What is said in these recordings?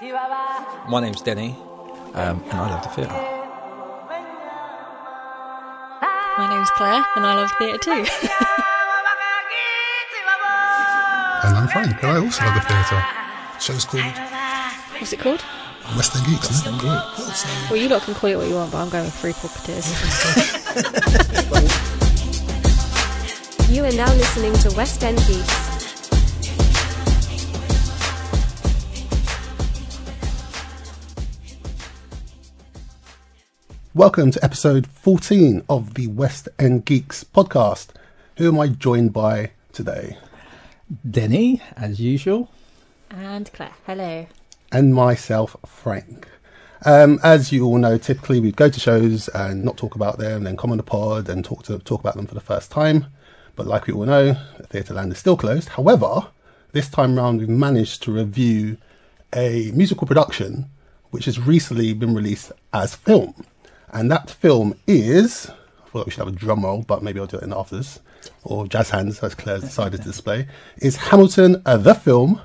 Chihuahua. My name's Denny, um, and I love the theatre. My name's Claire, and I love theatre too. And I'm Frank, and I also love the theatre. Show's called What's it called? West End Geeks, isn't it? Well, you lot can call it what you want, but I'm going with Three Puppeteers. You are now listening to West End Geeks. Welcome to episode 14 of the West End Geeks podcast. Who am I joined by today? Denny, as usual. and Claire, hello. and myself, Frank. Um, as you all know, typically we'd go to shows and not talk about them, then come on the pod and talk to talk about them for the first time. But like we all know, Theatreland is still closed. However, this time round we've managed to review a musical production which has recently been released as film, and that film is. I feel like we should have a drum roll, but maybe I'll do it in the afters or jazz hands, as Claire's decided to display. Is Hamilton uh, the film?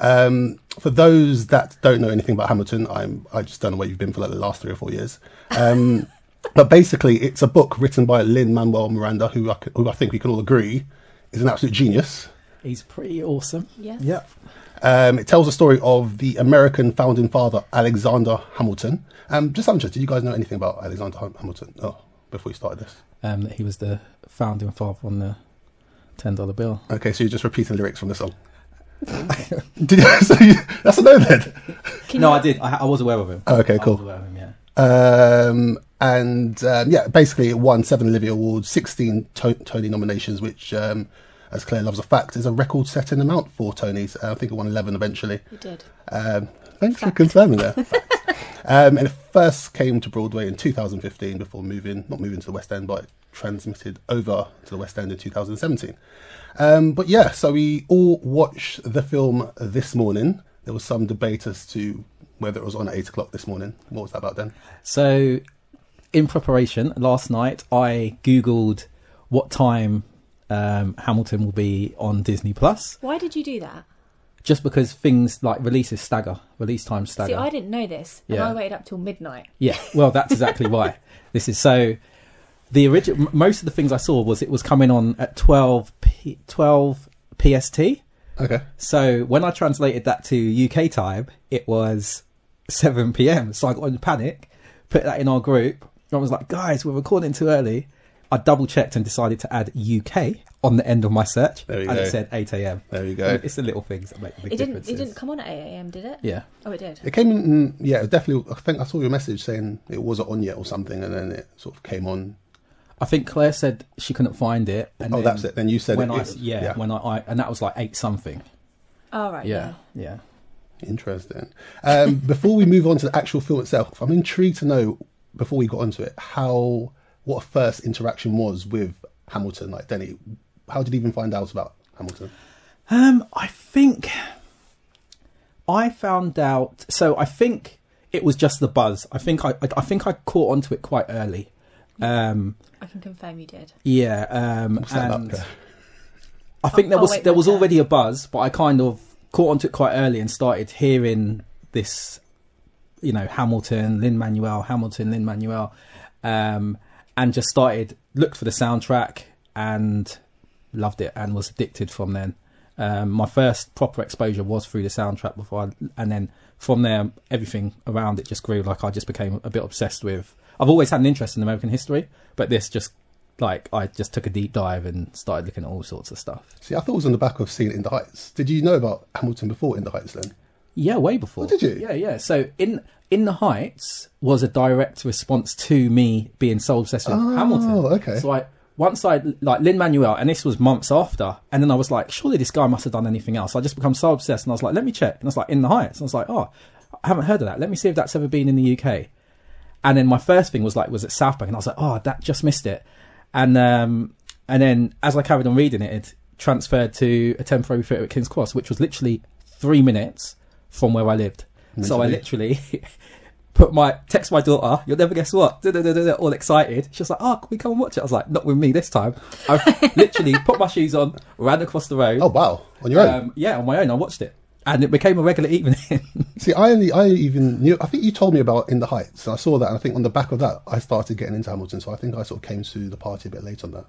Um, for those that don't know anything about Hamilton, I'm I just don't know where you've been for like the last three or four years. Um, but basically, it's a book written by Lin Manuel Miranda, who I, c- who I think we can all agree is an absolute genius. He's pretty awesome. Yes. Yep. Um, it tells the story of the American founding father Alexander Hamilton. Um, just Sandra, did you guys know anything about Alexander Ham- Hamilton? Oh, before we started this. Um, he was the founding father on the ten dollar bill. Okay, so you're just repeating lyrics from the song. did you, so you, that's a no then. no, I did. I, I was aware of him. Oh, okay, I was cool. aware of him, yeah. Um, and um, yeah, basically, it won seven Olivia Awards, 16 to- Tony nominations, which, um, as Claire loves a fact, is a record setting amount for Tonys. Uh, I think it won 11 eventually. You did. Um, thanks for confirming that. Fact. um, and it first came to Broadway in 2015 before moving, not moving to the West End, but it transmitted over to the West End in 2017. Um, but yeah, so we all watched the film this morning. There was some debate as to whether it was on at 8 o'clock this morning. What was that about then? So, in preparation last night, I googled what time um, Hamilton will be on Disney Plus, Why did you do that? just because things like releases stagger, release time stagger. See, I didn't know this, and Yeah. I waited up till midnight. Yeah, well, that's exactly why. This is so. The original, most of the things I saw was it was coming on at 12, P, 12 PST. Okay. So when I translated that to UK time, it was 7 p.m. So I got in panic, put that in our group. and I was like, guys, we're recording too early. I double checked and decided to add UK on the end of my search, There and you it go. said 8 a.m. There you go. It's the little things that make the big It didn't. differences. It didn't come on at eight a.m. Did it? Yeah. Oh, it did. It came in, mm, yeah, definitely. I think I saw your message saying it wasn't on yet or something, and then it sort of came on. I think Claire said she couldn't find it. And Oh, then that's it. Then you said when it- I, it- yeah, yeah. when I, I, and that was like eight something. All right. Yeah, yeah. Interesting. Um, before we move on to the actual film itself, I'm intrigued to know before we got onto it how what a first interaction was with Hamilton. Like Denny, how did you even find out about Hamilton? Um, I think I found out. So I think it was just the buzz. I think I, I, I think I caught onto it quite early. Um, I can confirm you did. yeah. Um, that and about? I think there I'll was wait there my was turn. already a buzz, but I kind of caught onto it quite early and started hearing this, you know, Hamilton, Lin Manuel, Hamilton, Lin Manuel, um, and just started looked for the soundtrack and loved it and was addicted from then. Um, my first proper exposure was through the soundtrack before, I, and then from there, everything around it just grew. Like I just became a bit obsessed with. I've always had an interest in American history, but this just like I just took a deep dive and started looking at all sorts of stuff. See, I thought it was on the back of seeing it in the Heights. Did you know about Hamilton before in the Heights? Then Yeah, way before. Oh, did you? Yeah, yeah. So in in the Heights was a direct response to me being so obsessed with Hamilton. Oh, okay. So I once I like Lin Manuel, and this was months after, and then I was like, surely this guy must have done anything else. I just become so obsessed, and I was like, let me check. And I was like, in the Heights, and I was like, oh, I haven't heard of that. Let me see if that's ever been in the UK. And then my first thing was like, was at South Bank, and I was like, oh, that just missed it. And um, and then as I carried on reading it, it transferred to a temporary theatre at King's Cross, which was literally three minutes from where I lived. So I literally put my text my daughter. You'll never guess what. da-da-da-da-da, All excited. She was like, "Oh, can we come and watch it?" I was like, "Not with me this time." I literally put my shoes on, ran across the road. oh wow, on your own. Um, yeah, on my own. I watched it, and it became a regular evening. See, I only, I even knew. I think you told me about In the Heights, and I saw that. And I think on the back of that, I started getting into Hamilton. So I think I sort of came to the party a bit late on that.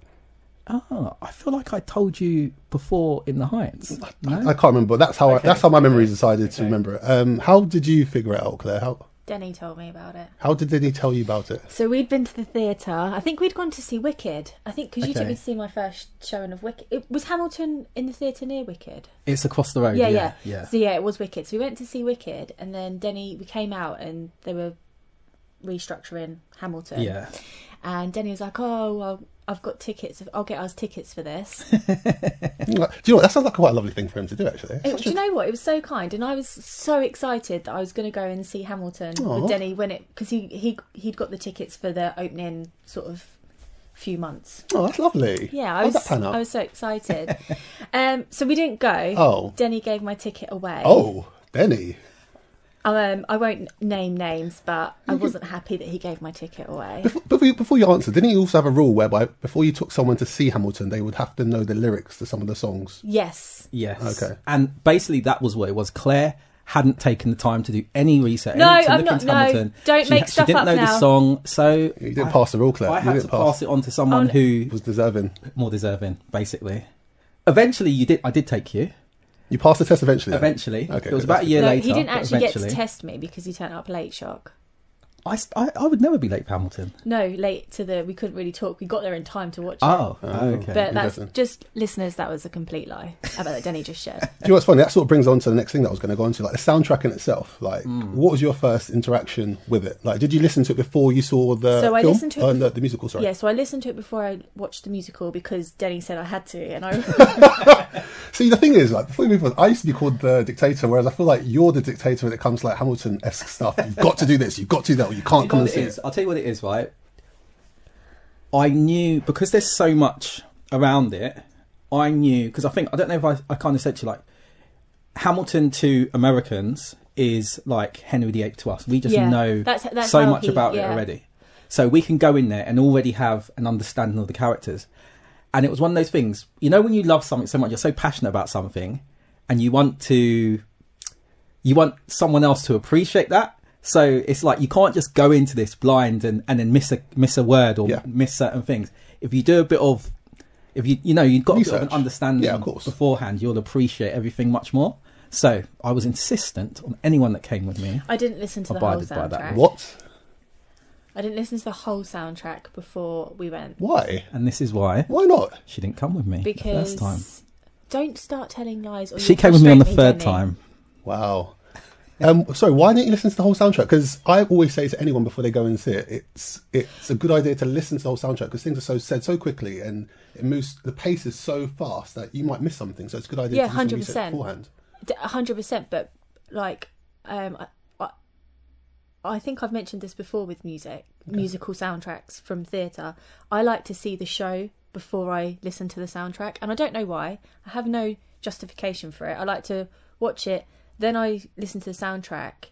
Ah, I feel like I told you before in the Heights. No? I can't remember. but That's how I, that's how my memory decided to remember it. Um, how did you figure it out, Claire? How Denny told me about it. how did Denny tell you about it? So we'd been to the theatre. I think we'd gone to see Wicked. I think because you took Okay. me to see my first showing of Wicked. It, was Hamilton in the theatre near Wicked? It's across the road. yeah, Yeah, yeah, So yeah, it was Wicked. So we went to see Wicked, and then Denny. We came out, and they were restructuring Hamilton. Yeah. And Denny was like, "Oh, well, I've got tickets. I'll get us tickets for this." Mm, uh, Do you know what? That sounds like quite a lovely thing for him to do, actually. It- do you know what? It was so kind, and I was so excited that I was going to go and see Hamilton Aw. with Denny when it because he he he'd got the tickets for the opening sort of few months. Oh, that's lovely. Yeah, How'd I was that pan out? I was so excited. um, so we didn't go. Oh. Denny gave my ticket away. Oh, Denny. Um, I won't name names, but I wasn't happy that he gave my ticket away. Before you, before you answer, didn't you also have a rule whereby before you took someone to see Hamilton, they would have to know the lyrics to some of the songs? Yes. Yes. Okay. And basically, that was what it was. Claire hadn't taken the time to do any research. No, any- to I'm look not- into no. Hamilton. Don't she, make ha- stuff She didn't know up the now. song, so You didn't pass the rule, Claire. I you had to didn't pass it on to someone Oh, who was deserving. more deserving, basically. Eventually, you did. I did take you. You passed the test eventually. then? Eventually, Okay, it was good, about a that's year No, later. he didn't but actually get to eventually- test me because he turned up late. Shock. I, s- I- I would never be late for Hamilton. No, late to the. We couldn't really talk. We got there in time to watch. it. Oh, okay. But that's Interesting. just listeners. That was a complete lie about that Denny just shared. Do you know what's funny? That sort of brings on to the next thing that I was going to go on to, like the soundtrack in itself. Like, what was your first interaction with it? Like, did you listen to it before you saw the So film? I listened to it Oh, bef- no, the musical, sorry. Yeah, so I listened to it before I watched the musical because Denny said I had to, and I See, the thing is, like, before we move on, I used to be called the dictator, whereas I feel like you're the dictator when it comes to like Hamilton-esque stuff. You've got to do this, you've got to do that, or you can't You know come and what see it it. is? I'll tell you what it is, right? I knew because there's so much around it. I knew because I think I don't know if I, I kind of said to you like Hamilton to Americans is like Henry VIII to us. We just Yeah, know that's- that's so how much he- about it yeah. already, so we can go in there and already have an understanding of the characters. And it was one of those things, you know, when you love something so much, you're so passionate about something, and you want to you want someone else to appreciate that. So it's like you can't just go into this blind and, and then miss a miss a word or Yeah. miss certain things. If you do a bit of if you you know you've got a bit of Research. an understanding Yeah, of course. beforehand, you'll appreciate everything much more. So I was insistent on anyone that came with me. I didn't listen to the whole Abided by that. soundtrack. What? I didn't listen to the whole soundtrack before we went Why? And this is why Why not? she didn't come with me because the first time. don't start telling lies. Or She you'll came with me on the frustrate third Jenny. time. Wow. Um, sorry, why didn't you listen to the whole soundtrack? Because I always say to anyone before they go and see it, it's it's a good idea to listen to the whole soundtrack because things are so said so quickly and it moves. The pace is so fast that you might miss something. So it's a good idea Yeah, to listen to the music 100%. beforehand. D- a hundred percent. But like, um, I, I, I think I've mentioned this before with music, musical soundtracks from theatre. I like to see the show before I listen to the soundtrack, and I don't know why. I have no justification for it. I like to watch it, then I listen to the soundtrack,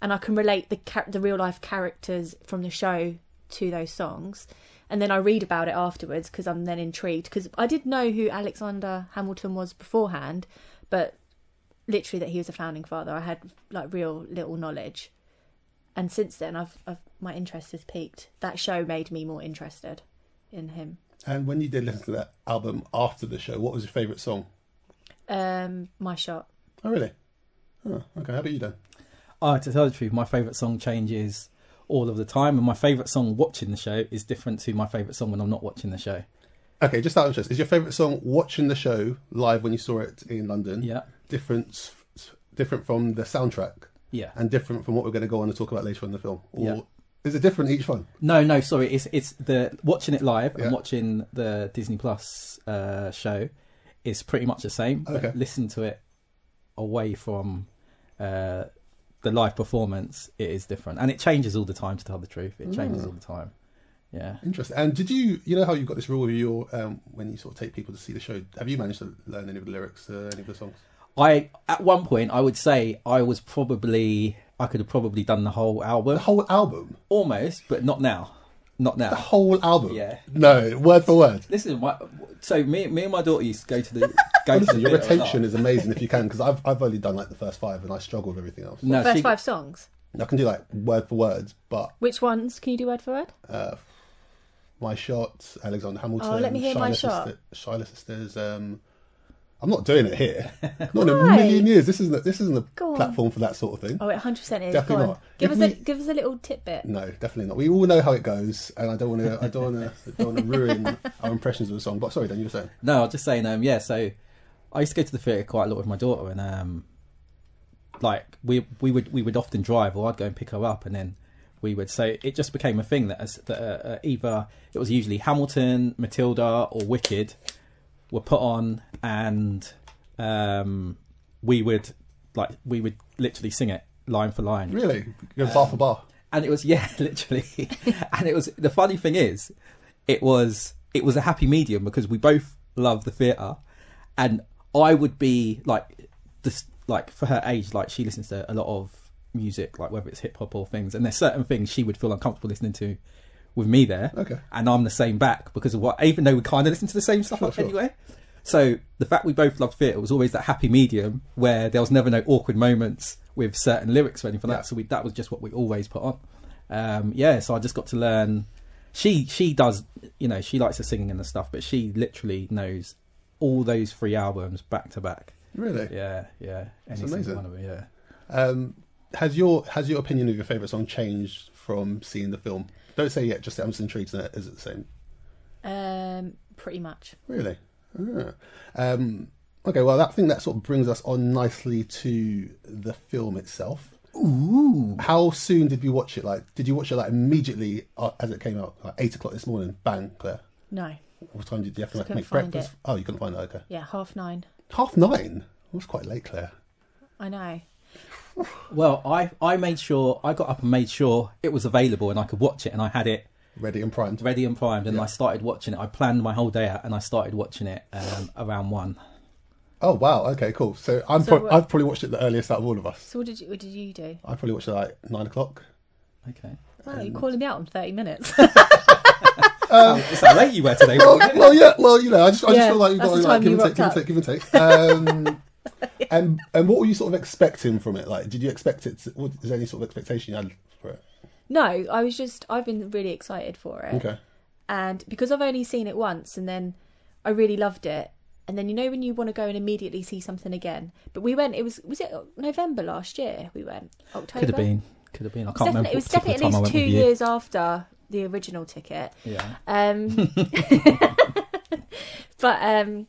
and I can relate the char- the real life characters from the show to those songs. And then I read about it afterwards because I'm then intrigued because I did know who Alexander Hamilton was beforehand, but literally that he was a founding father. I had like real little knowledge, and since then, I've, I've my interest has peaked. That show made me more interested in him. And when you did listen to that album after the show, what was your favourite song? Um, my shot. Oh, really? Oh, okay, how about you then? Oh, to tell the truth, my favourite song changes all of the time, and my favourite song watching the show is different to my favourite song when I'm not watching the show. Okay, just out of interest, is your favourite song watching the show live when you saw it in London? Yeah. Different, s- different from the soundtrack Yeah. and different from what we're going to go on and talk about later on in the film? Or Yeah. is it different each one? No, no, sorry. It's it's the watching it live Yeah. and watching the Disney Plus uh, show is pretty much the same. But Okay. listen to it away from uh, the live performance, it is different, and it changes all the time. To tell the truth, it changes Mm. all the time. Yeah. Interesting. And did you, you know, how you got this rule with your um, when you sort of take people to see the show? Have you managed to learn any of the lyrics, uh, any of the songs? I at one point I would say I was probably I could have probably done the whole album The whole album. almost, but not now. Not now. The whole album. Yeah. No, word for word. This is my. So me, me and my daughter used to go to the. Go to Honestly, the your bit at the retention start. is amazing if you can, because I've, I've only done like the first five and I struggle with everything else. No, First she- five songs. I can do like word for word, but Which ones? Can you do word for word? My Shot, Alexander Hamilton, Oh, let me hear My Shot. Sister, Shyla Sisters. Um, I'm not doing it here. Not in a Why? million years. This isn't a, this isn't a Go on. platform for that sort of thing. Oh, it 100% is. Definitely Go on. not. Give, Give us a me- give us a little tidbit. No, definitely not. We all know how it goes, and I don't want to. I don't want to. I don't want to ruin our impressions of the song. But sorry, Dan, you were saying. No, I was just saying, um, yeah, so I used to go to the theatre quite a lot with my daughter and um like we we would we would often drive or I'd go and pick her up and then we would so it just became a thing that, as, that uh, uh, either it was usually Hamilton, Matilda or Wicked were put on and um we would like we would literally sing it line for line Really, goes bar for bar. and it was yeah literally and it was the funny thing is it was it was a happy medium because we both love the theater and i would be like this like for her age like she listens to a lot of music like whether it's hip hop or things and there's certain things she would feel uncomfortable listening to with me there Okay. and i'm the same back because of what even though we kind of listen to the same stuff sure. anyway so the fact we both loved theatre was always that happy medium where there was never no awkward moments with certain lyrics or anything like Yeah. that. So we, that was just what we always put on. Um, yeah, so I just got to learn. She she does you know she likes the singing and the stuff, but she literally knows all those three albums back to back. Really. Yeah, yeah, Any single amazing. One of them, yeah. Um, has your has your opinion of your favorite song changed from seeing the film? Don't say yet. Just say, I'm just intrigued. to know, Is it the same? Um, pretty much. Really? Ah. Um, okay, well, that thing that sort of brings us on nicely to the film itself. Ooh. How soon did you watch it? Like, did you watch it like immediately uh, as it came out, like eight o'clock this morning? Bang, Claire. No. What time did you have Just to like, couldn't make find breakfast? it. Oh, you couldn't find it. Okay, Yeah, half nine. half nine. It was quite late, Claire. I know. Well, I I made sure I got up and made sure it was available and I could watch it and I had it Ready and primed. ready and primed and I started watching it. I planned my whole day out and I started watching it um, around one. Oh wow. Okay, cool. So I'm So pro- what- I've probably watched it the earliest out of all of us. So what did you what did you do? I probably watched it like nine o'clock. Okay. Wow, you're calling me out in 30 minutes. Uh, Oh, It's how late you were today. well, wasn't it? Oh, well, yeah, well, you know, I just, I just Yeah, feel like you've got that's to the like, time give you and take, give rocked and take, give and take. Um, and and what were you sort of expecting from it? Like, did you expect it? To, what, is there any sort of expectation you had for it? no, I was just I've been really excited for it. Okay, and because I've only seen it once and then I really loved it and then you know when you want to go and immediately see something again but we went it was was it November last year we went October Could have been. Could have been. I It's can't remember. definitely, it was what particular definitely at time I least went two with you. years after the original ticket Yeah. um but um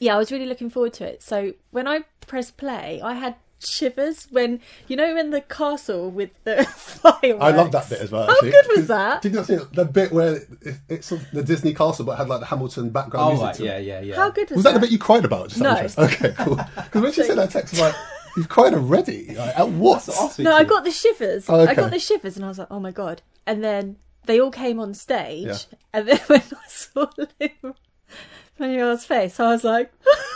yeah I was really looking forward to it so when I pressed play I had shivers when you know in the castle with the fireworks I love that bit as well. how actually. good was 'Cause- that Did you not see it? the bit where it, it's sort of the Disney castle, but had like the Hamilton background Oh music? right. to it? Yeah. Yeah. Yeah. how good was, Was that the bit you cried about? Just out of No. interest? Okay, cool. Because when she said that text, I'm like, you've cried already? Like, at what? That's awesome. No, I got the shivers. Oh, I okay. got the shivers, and I was like, "Oh my god!" And then they all came on stage, Yeah. and then when I saw Lin- Manuel's face, I was like,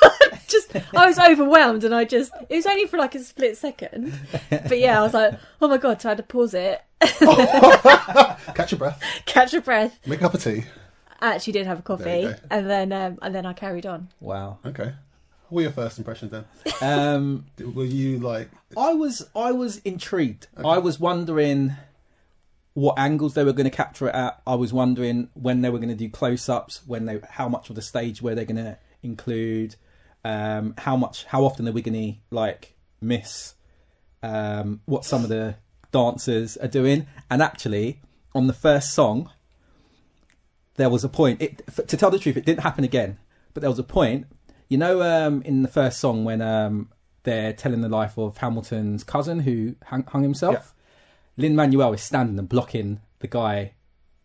"Just," I was overwhelmed, and I just it was only for like a split second, but yeah, I was like, "Oh my god!" So I had to pause it, Catch your breath. catch a breath. Make a cup of tea. I actually did have a coffee, go. and then um, and then I carried on. Wow. Okay. What were your first impressions then? Um, Were you like I was I was intrigued. I was wondering what angles they were going to capture it at. I was wondering when they were going to do close-ups, when they how much of the stage were they going to include, um, how much how often are we going to like miss um, what some of the dancers are doing. And actually, on the first song, there was a point. It, f- to tell the truth, it didn't happen again. But there was a point. You know, um, in the first song when um, they're telling the life of Hamilton's cousin who hung, hung himself, Lin Manuel is standing and blocking the guy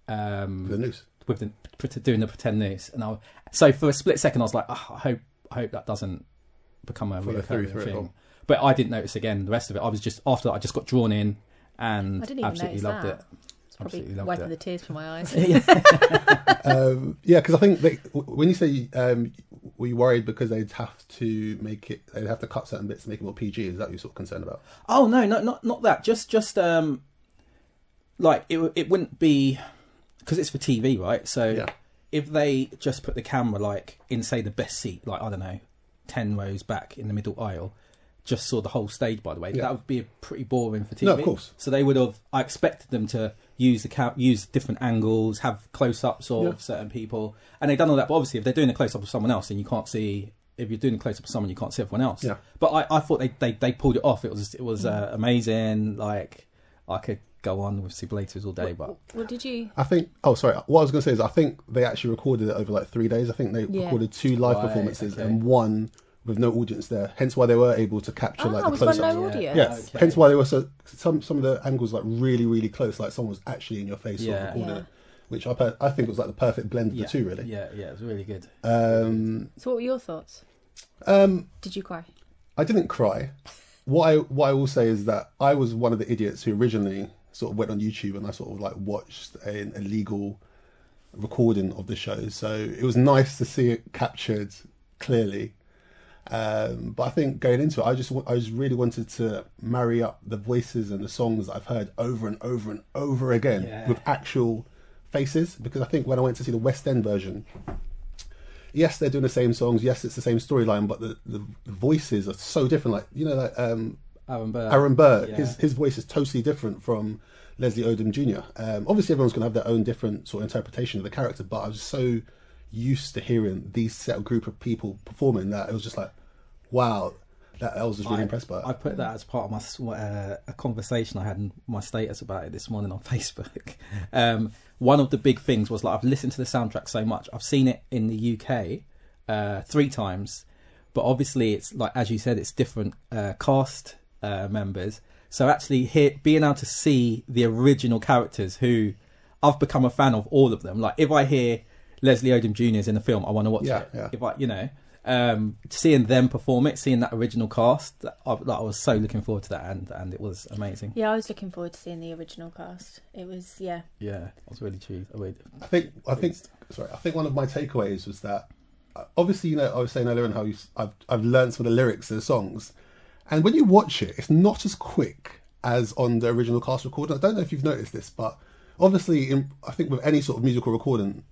um, the news? with the pret- doing the pretend news, and I so for a split second I was like, "Ah, I hope I hope that doesn't become a Follow through recurring through oh. it thing. all. But I didn't notice again the rest of it. I was just after that I just got drawn in and I didn't even absolutely notice loved that. it. It's probably Absolutely loved wiping it. the tears from my eyes. um, yeah, because I think they, w- when you say um, were you worried because they'd have to make it, they'd have to cut certain bits to make it more PG. Is that what you're sort of concerned about? Oh no, no, not not that. Just just um, like it w- it wouldn't be because it's for TV, right? So Yeah. if they just put the camera like in, say, the best seat, like I don't know, ten rows back in the middle aisle, just saw the whole stage. By the way, Yeah. that would be pretty boring for TV. No, of course. So they would have. I expected them to use the cam- use different angles, have close ups of Yeah. certain people, and they've done all that. But obviously, if they're doing a close up of someone else, then you can't see. If you're doing a close up of someone, you can't see everyone else. Yeah. Mm. But I, I thought they, they, they pulled it off. It was it was uh, amazing. Like I could go on with Simulators all day, but What did you? I think. Oh, sorry. What I was going to say is, I think they actually recorded it over like three days. I think they Yeah. recorded two live Right, performances okay. and one with no audience there. Hence why they were able to capture like Ah, the was close one ups. no Yeah. audio. Yes. Okay. Hence why they were so some some of the angles like really really close, like someone was actually in your face sort Yeah. of recording Yeah. it, which I per- I think was like the perfect blend of yeah, the two really. yeah, yeah, it was really good. Um, So what were your thoughts? um, Did you cry? I didn't cry. What I what I will say is that I was one of the idiots who originally sort of went on YouTube and I sort of like watched an illegal recording of the show. So it was nice to see it captured clearly. Um, but I think going into it, I just wa- I just really wanted to marry up the voices and the songs that I've heard over and over and over again Yeah. with actual faces because I think when I went to see the West End version, yes, they're doing the same songs, yes, it's the same storyline, but the, the voices are so different. Like you know, like um, Aaron Burr. Aaron Burr, Yeah. his his voice is totally different from Leslie Odom Jr. Um, obviously, everyone's going to have their own different sort of interpretation of the character, but I was so used to hearing these set of group of people performing that it was just like, wow, that I was just really impressed by. It. I put that as part of my s- uh, a conversation I had in my status about it this morning on Facebook. Um, one of the big things was like I've listened to the soundtrack so much. I've seen it in the UK uh, three times, but obviously it's like as you said, it's different uh, cast uh, members. So actually, here being able to see the original characters who I've become a fan of all of them. Like if I hear Leslie Odom Jr.'s in a film, I want to watch Yeah, it. yeah. If I, you know, um, seeing them perform it, seeing that original cast, that- I, like, I was so looking forward to that, and and it was amazing. Yeah, I was looking forward to seeing the original cast. It was yeah. Yeah, I was really cheesed. I really, I think I think sorry. I think one of my takeaways was that uh, obviously you know I was saying earlier on how you, s- I've I've learned some of the lyrics of the songs, and when you watch it, it's not as quick as on the original cast recording. I don't know if you've noticed this, but obviously in, I think with any sort of musical recording,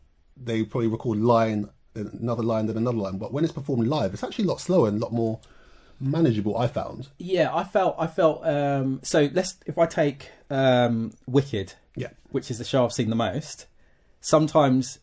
they probably record line then another line then another line. But when it's performed live, it's actually a lot slower and a lot more manageable. I found. yeah, I felt, I felt. Um, so let's, if I take um, Wicked, Yeah. which is the show I've seen the most, sometimes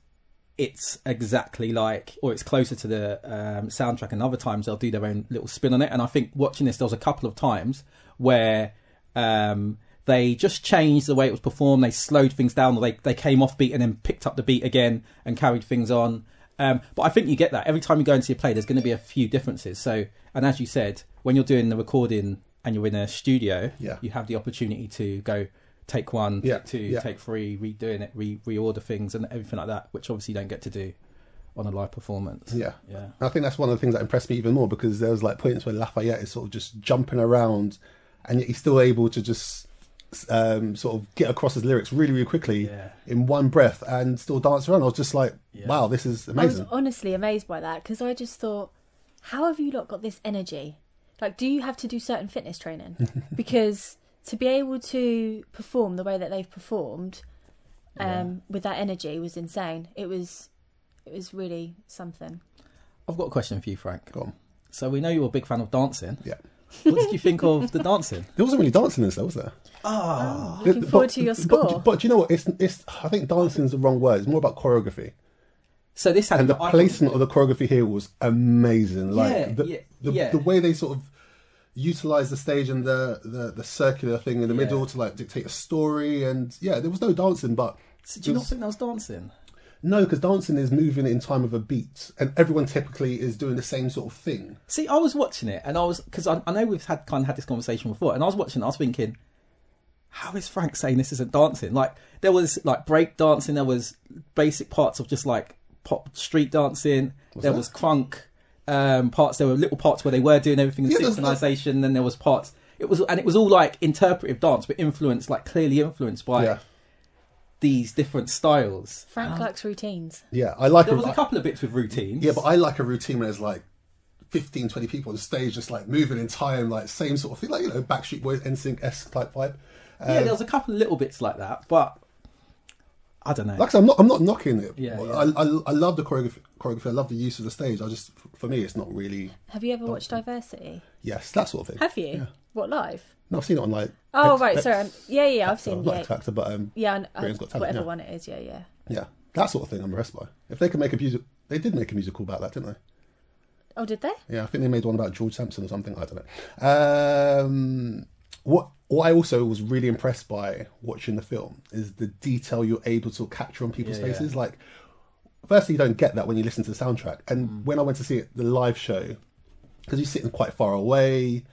it's exactly like, or it's closer to the um, soundtrack, and other times they'll do their own little spin on it. And I think watching this, there was a couple of times where um, they just changed the way it was performed. They slowed things down, or they, they came off beat and then picked up the beat again and carried things on. Um, but I think you get that every time you go and see a play. There's going to be a few differences. So, and as you said, when you're doing the recording and you're in a studio, Yeah. you have the opportunity to go take one, Yeah, take two, yeah. take three, redoing it, re- reorder things, and everything like that, which obviously you don't get to do on a live performance. Yeah. Yeah. And I think that's one of the things that impressed me even more because there was like points where Lafayette is sort of just jumping around and yet he's still able to just um, sort of get across his lyrics really, really quickly Yeah. in one breath and still dance around. I was just like, wow, this is I amazing. was honestly amazed by that because I just thought, how have you lot got this energy? Like, do you have to do certain fitness training? because to be able to perform the way that they've performed um, with that energy was insane. It was, it was really something. I've got a question for you, Frank. Go on. So we know you're a big fan of dancing. Yeah. What did you think of the dancing? There wasn't really dancing in this, though, was there? Looking But- forward to your but- score. But, do you know what? It's, it's, I think dancing is the wrong word. It's more about choreography. So this had and the I thought- placement of the choreography here was amazing. Like Yeah, the, yeah, the, yeah. the way they sort of utilize the stage and the, the, the circular thing in the middle to like dictate a story and yeah, there was no dancing, but So do you not think that was dancing? no, because dancing is moving in time of a beat, and everyone typically is doing the same sort of thing. See, I was watching it, and I was because I, I know we've had kind of had this conversation before, and I was watching, it, I was thinking, how is Frank saying this isn't dancing? Like there was like break dancing, there was basic parts of just like pop street dancing, there there? was crunk um, parts, there were little parts where they were doing everything in Yeah, there's- synchronization, then there was parts. It was and it was all like interpretive dance, but influenced like clearly influenced by Yeah, these different styles. Frank likes routines. yeah, I like. There was I- a couple of bits with routines. Yeah, but I like a routine where there's like 15, 20 people on stage just like moving in time, like same sort of thing, like you know, Backstreet Boys, NSYNC esque type vibe. yeah, there was a couple of little bits like that, but I don't know. Like I said, I'm not, I'm not knocking it. Yeah, yeah. I, I, I love the choreography, choreography. I love the use of the stage. I just, for me, it's not really. Have you ever watched Diversity? Yes, that sort of thing. Have you? What live? No, I've seen it on like. Oh X- right, X- sorry. I'm- yeah, yeah, I've so seen. not Yeah, X Factor, but um, yeah, and, uh, Britain's Got Talent, whatever yeah. one it is. Yeah, yeah. yeah, that sort of thing. I'm impressed by. If they could make a music, they did make a musical about that, didn't they? Oh, did they? Yeah, I think they made one about George Sampson or something. I don't know. Um, what what I also was really impressed by watching the film is the detail you're able to capture on people's Yeah, yeah. faces. Like, firstly, you don't get that when you listen to the soundtrack. And Mm. when I went to see it, the live show, because you're sitting quite far away,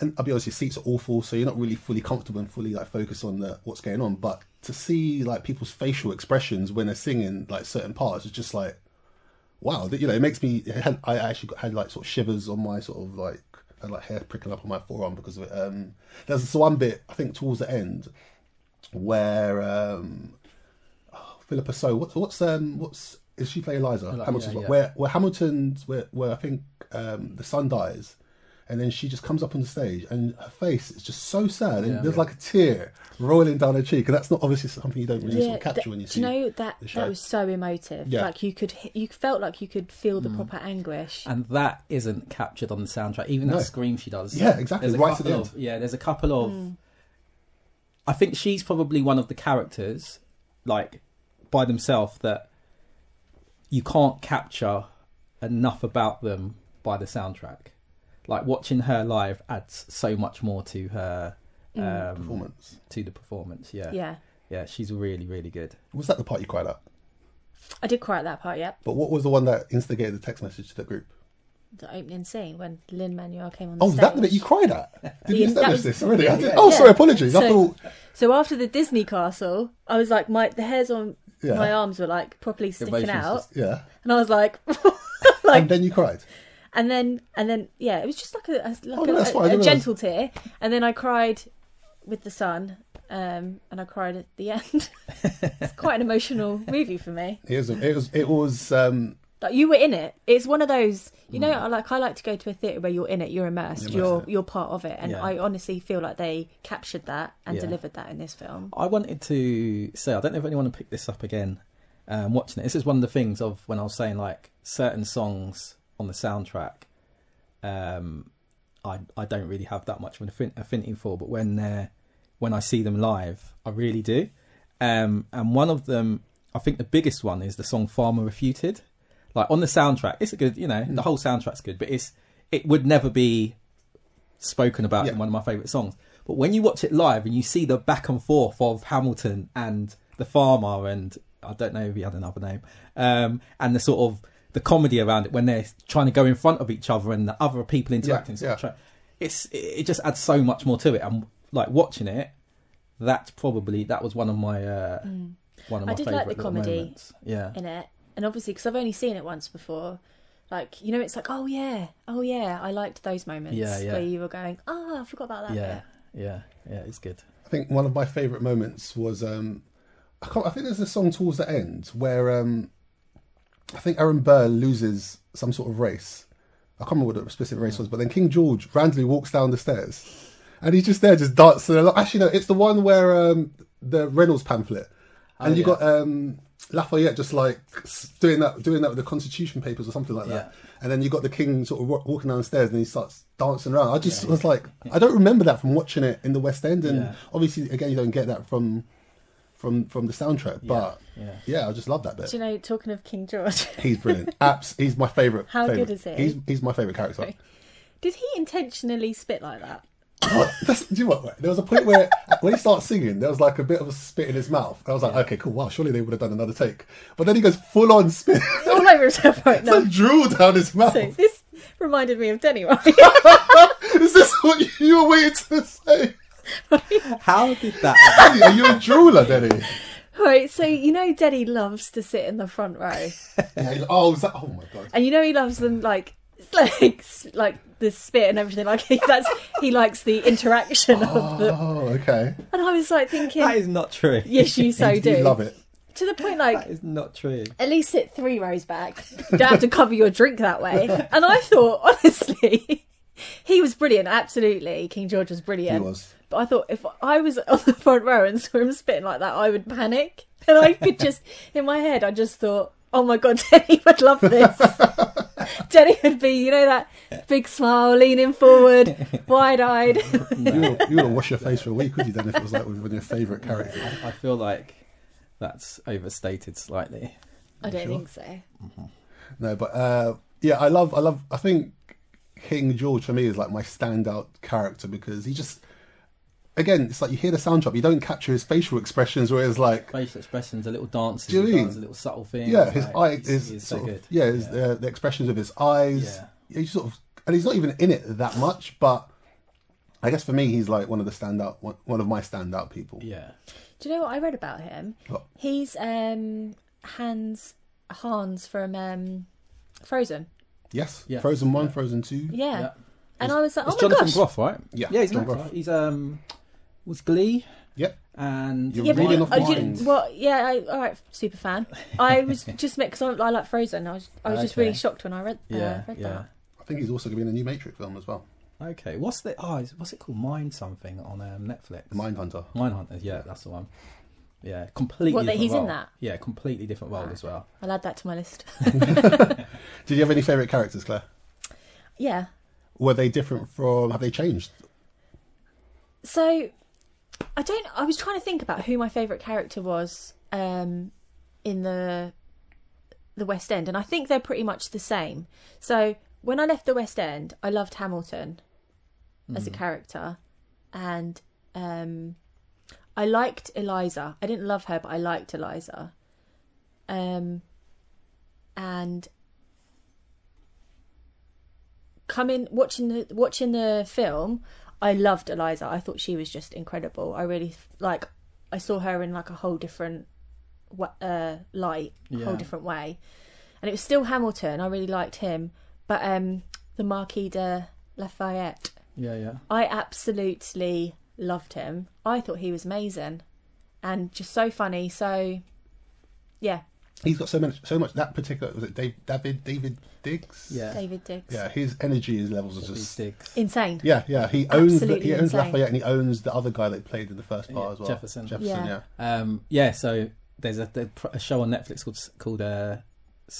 and I'll be honest, your seats are awful, so you're not really fully comfortable and fully like focused on the, what's going on. But to see like people's facial expressions when they're singing like certain parts, it's just like wow, that- you know, it makes me. it had- I actually got, had like sort of shivers on my sort of like had like hair pricking up on my forearm because of it. Um, there's this one bit I think towards the end where um, oh, Philippa So what's what's um what's is she playing Eliza yeah, Hamilton's wife? yeah. where where Hamilton's where where I think um, the son dies. And then she just comes up on the stage, and her face is just so sad, and Yeah. there's like a tear rolling down her cheek, and that's not obviously something you don't really sort of that- capture when you do see. you know that show. that was so emotive? Yeah. Like you could, h- you felt like you could feel the proper anguish. and that isn't captured on the soundtrack. Even No. that scream she does. Yeah, exactly, There's a right at the couple end. Of, yeah, there's a couple of. Hmm. I think she's probably one of the characters, like by themselves, that you can't capture enough about them by the soundtrack. Like watching her live adds so much more to her um, performance to the performance. Yeah, yeah, yeah, she's really, really good. was that the part you cried out? I did cry at that part. Yep, But what was the one that instigated the text message to the group? the opening scene when Lin Manuel came on. The Oh, stage. that the bit you cried at? Did you Yes, that establish was- this already? I did. Oh, Yeah. sorry, apologies. I So- thought So after the Disney castle, I was like, my the hairs on Yeah. my arms were like properly sticking Emotions out, just- yeah, and I was like, like, and then you cried. and then and then yeah, it was just like a, a- like Oh, no, a- that's a- fine, I a didn't gentle tear, and then I cried with the sun, um, and I cried at the end. it's quite an emotional movie for me. It was. It was. It was. Um, Like you were in it. It's one of those, you Hmm. know, I like I like to go to a theatre where you're in it, you're immersed, You're you're immersed you're, in it. part of it, and Yeah. I honestly feel like they captured that and Yeah. delivered that in this film. I wanted to say I don't know if anyone picked this up again um, watching it. This is one of the things of when I was saying like certain songs on the soundtrack, um, I I don't really have that much of an affin- affinity for, but when they're when I see them live, I really do. Um, and one of them, I think the biggest one is the song "Farmer Refuted." Like on the soundtrack, it's a good, you know, Mm. the whole soundtrack's good, but it's it would never be spoken about Yeah. in one of my favorite songs. But when you watch it live and you see the back and forth of Hamilton and the farmer and I don't know if he had another name, um, and the sort of the comedy around it when they're trying to go in front of each other and the other people interacting, sort of yeah. try- it's it it just adds so much more to it. And like watching it, that's probably that was one of my uh, one of my Mm. I did favorite like the comedy moments. Yeah, in it. And obviously, because I've only seen it once before, like, you know, it's like, oh yeah, oh yeah, I liked those moments Yeah, yeah. where you were going, oh, I forgot about that. yeah, bit." yeah, yeah. It's good. I think one of my favourite moments was um, I, can't, I think there's a song towards the end where um, I think Aaron Burr loses some sort of race. I can't remember what the specific race was, but then King George randomly walks down the stairs, and he's just there, just dancing. along. Actually, no, it's the one where um, the Reynolds pamphlet, and you yeah. got um, Lafayette just like s- doing that, doing that with the Constitution papers or something like that. And then you got the King sort of wa- walking downstairs, and he starts dancing around. I just was like, I don't remember that from watching it in the West End, and Yeah. obviously, again, you don't get that from from from the soundtrack, but yeah, yeah. I just love that bit. Do you know, talking of King George, He's brilliant. Abs, he's my favorite. How good is he? He's he's my favorite character. did he intentionally spit like that? What? That's, do you know what? There was a point where when he starts singing, there was like a bit of a spit in his mouth. I was like, okay, cool. Wow, surely they would have done another take. But then he goes full on spit, He's all over himself right now. and drool down his mouth. So this reminded me of Denny Ryan. Is this what you, you were waiting to say? How did that? Are you a drooler, Denny? right, so you know Denny loves to sit in the front row. Yeah, he's- oh, is that, oh my god. And you know he loves them like like like the spit and everything like he, that's he likes the interaction of them. Oh, okay. And I was like thinking, that is not true. yes, you so you, do. you love it. To the point like That is not true. at least sit three rows back. You don't have to cover your drink that way. And I thought, honestly, he was brilliant. Absolutely, King George was He brilliant. was. But I thought if I was on the front row and saw him spitting like that, I would panic. And I could just, in my head, I just thought, oh my God, Denny would love this. Denny would be, you know, that big smile, leaning forward, wide eyed. You would, you would wash your face for a week, would you? Then if it was like with one of your favourite characters. I feel like that's overstated slightly. I don't Sure. think so. No, but uh, yeah, I love, I love, I think King George for me is like my standout character because he just, again, it's like you hear the soundtrack, you don't capture his facial expressions, whereas like, Facial expressions, the little dances, Do you he mean- does, the little subtle things. yeah, his like, eye he's- is, he's sort of, yeah, his, The, the expressions of his eyes, Yeah. yeah. he's sort of, and he's not even in it that much, but I guess for me, he's like one of the standout, one, one of my standout people. yeah. Do you know what I read about him? What? He's um, Hans Hans from um, Frozen. Yes, Yeah. Frozen One, Frozen Two. Yeah. Yeah. And I was like, oh It's my Jonathan gosh. Groff, right? Yeah, yeah, he's an John actor. Groff. He's um, was Glee Yep. and You're Yeah, but reading you, off oh, you, minds. well, yeah, I, all right, super fan. I was just because I, I like Frozen. I was, I was just Okay. really shocked when I read, uh, yeah, read yeah. I think he's also going to be in a new Matrix film as well, Okay, what's the oh, is, what's it called? Mind something on um, Netflix. Mindhunter. Mindhunters. Yeah, that's the one. Yeah, completely. What, that different he's in role. that? Ah, Yeah, completely different world as well. that. I'll add that to my list. Did you have any favourite characters, Claire? yeah. Were they different from? Have they changed? So, I don't. I was trying to think about who my favourite character was um, in the the West End, and I think they're pretty much the same. So, when I left the West End, I loved Hamilton as a character, and um, I liked Eliza. I didn't love her, but I liked Eliza. Um, and coming watching the watching the film, I loved Eliza. I thought she was just incredible. I really like. I saw her in like a whole different wa- uh, light, a Yeah. whole different way, and it was still Hamilton. I really liked him, but um, the Marquis de Lafayette. Yeah, yeah. I absolutely loved him. I thought he was amazing and just so funny. So, yeah, He's got so much, so much. That particular was it, Dave, David, David Diggs. Yeah. David Diggs. yeah. His energy, his levels are These just. digs. Insane. Yeah, yeah. He owns the, Absolutely he owns insane. Lafayette, and he owns the other guy that played in the first part Yeah, as well. Jefferson. Jefferson. Yeah. Yeah. Um, yeah, so there's a, there's a show on Netflix called called uh,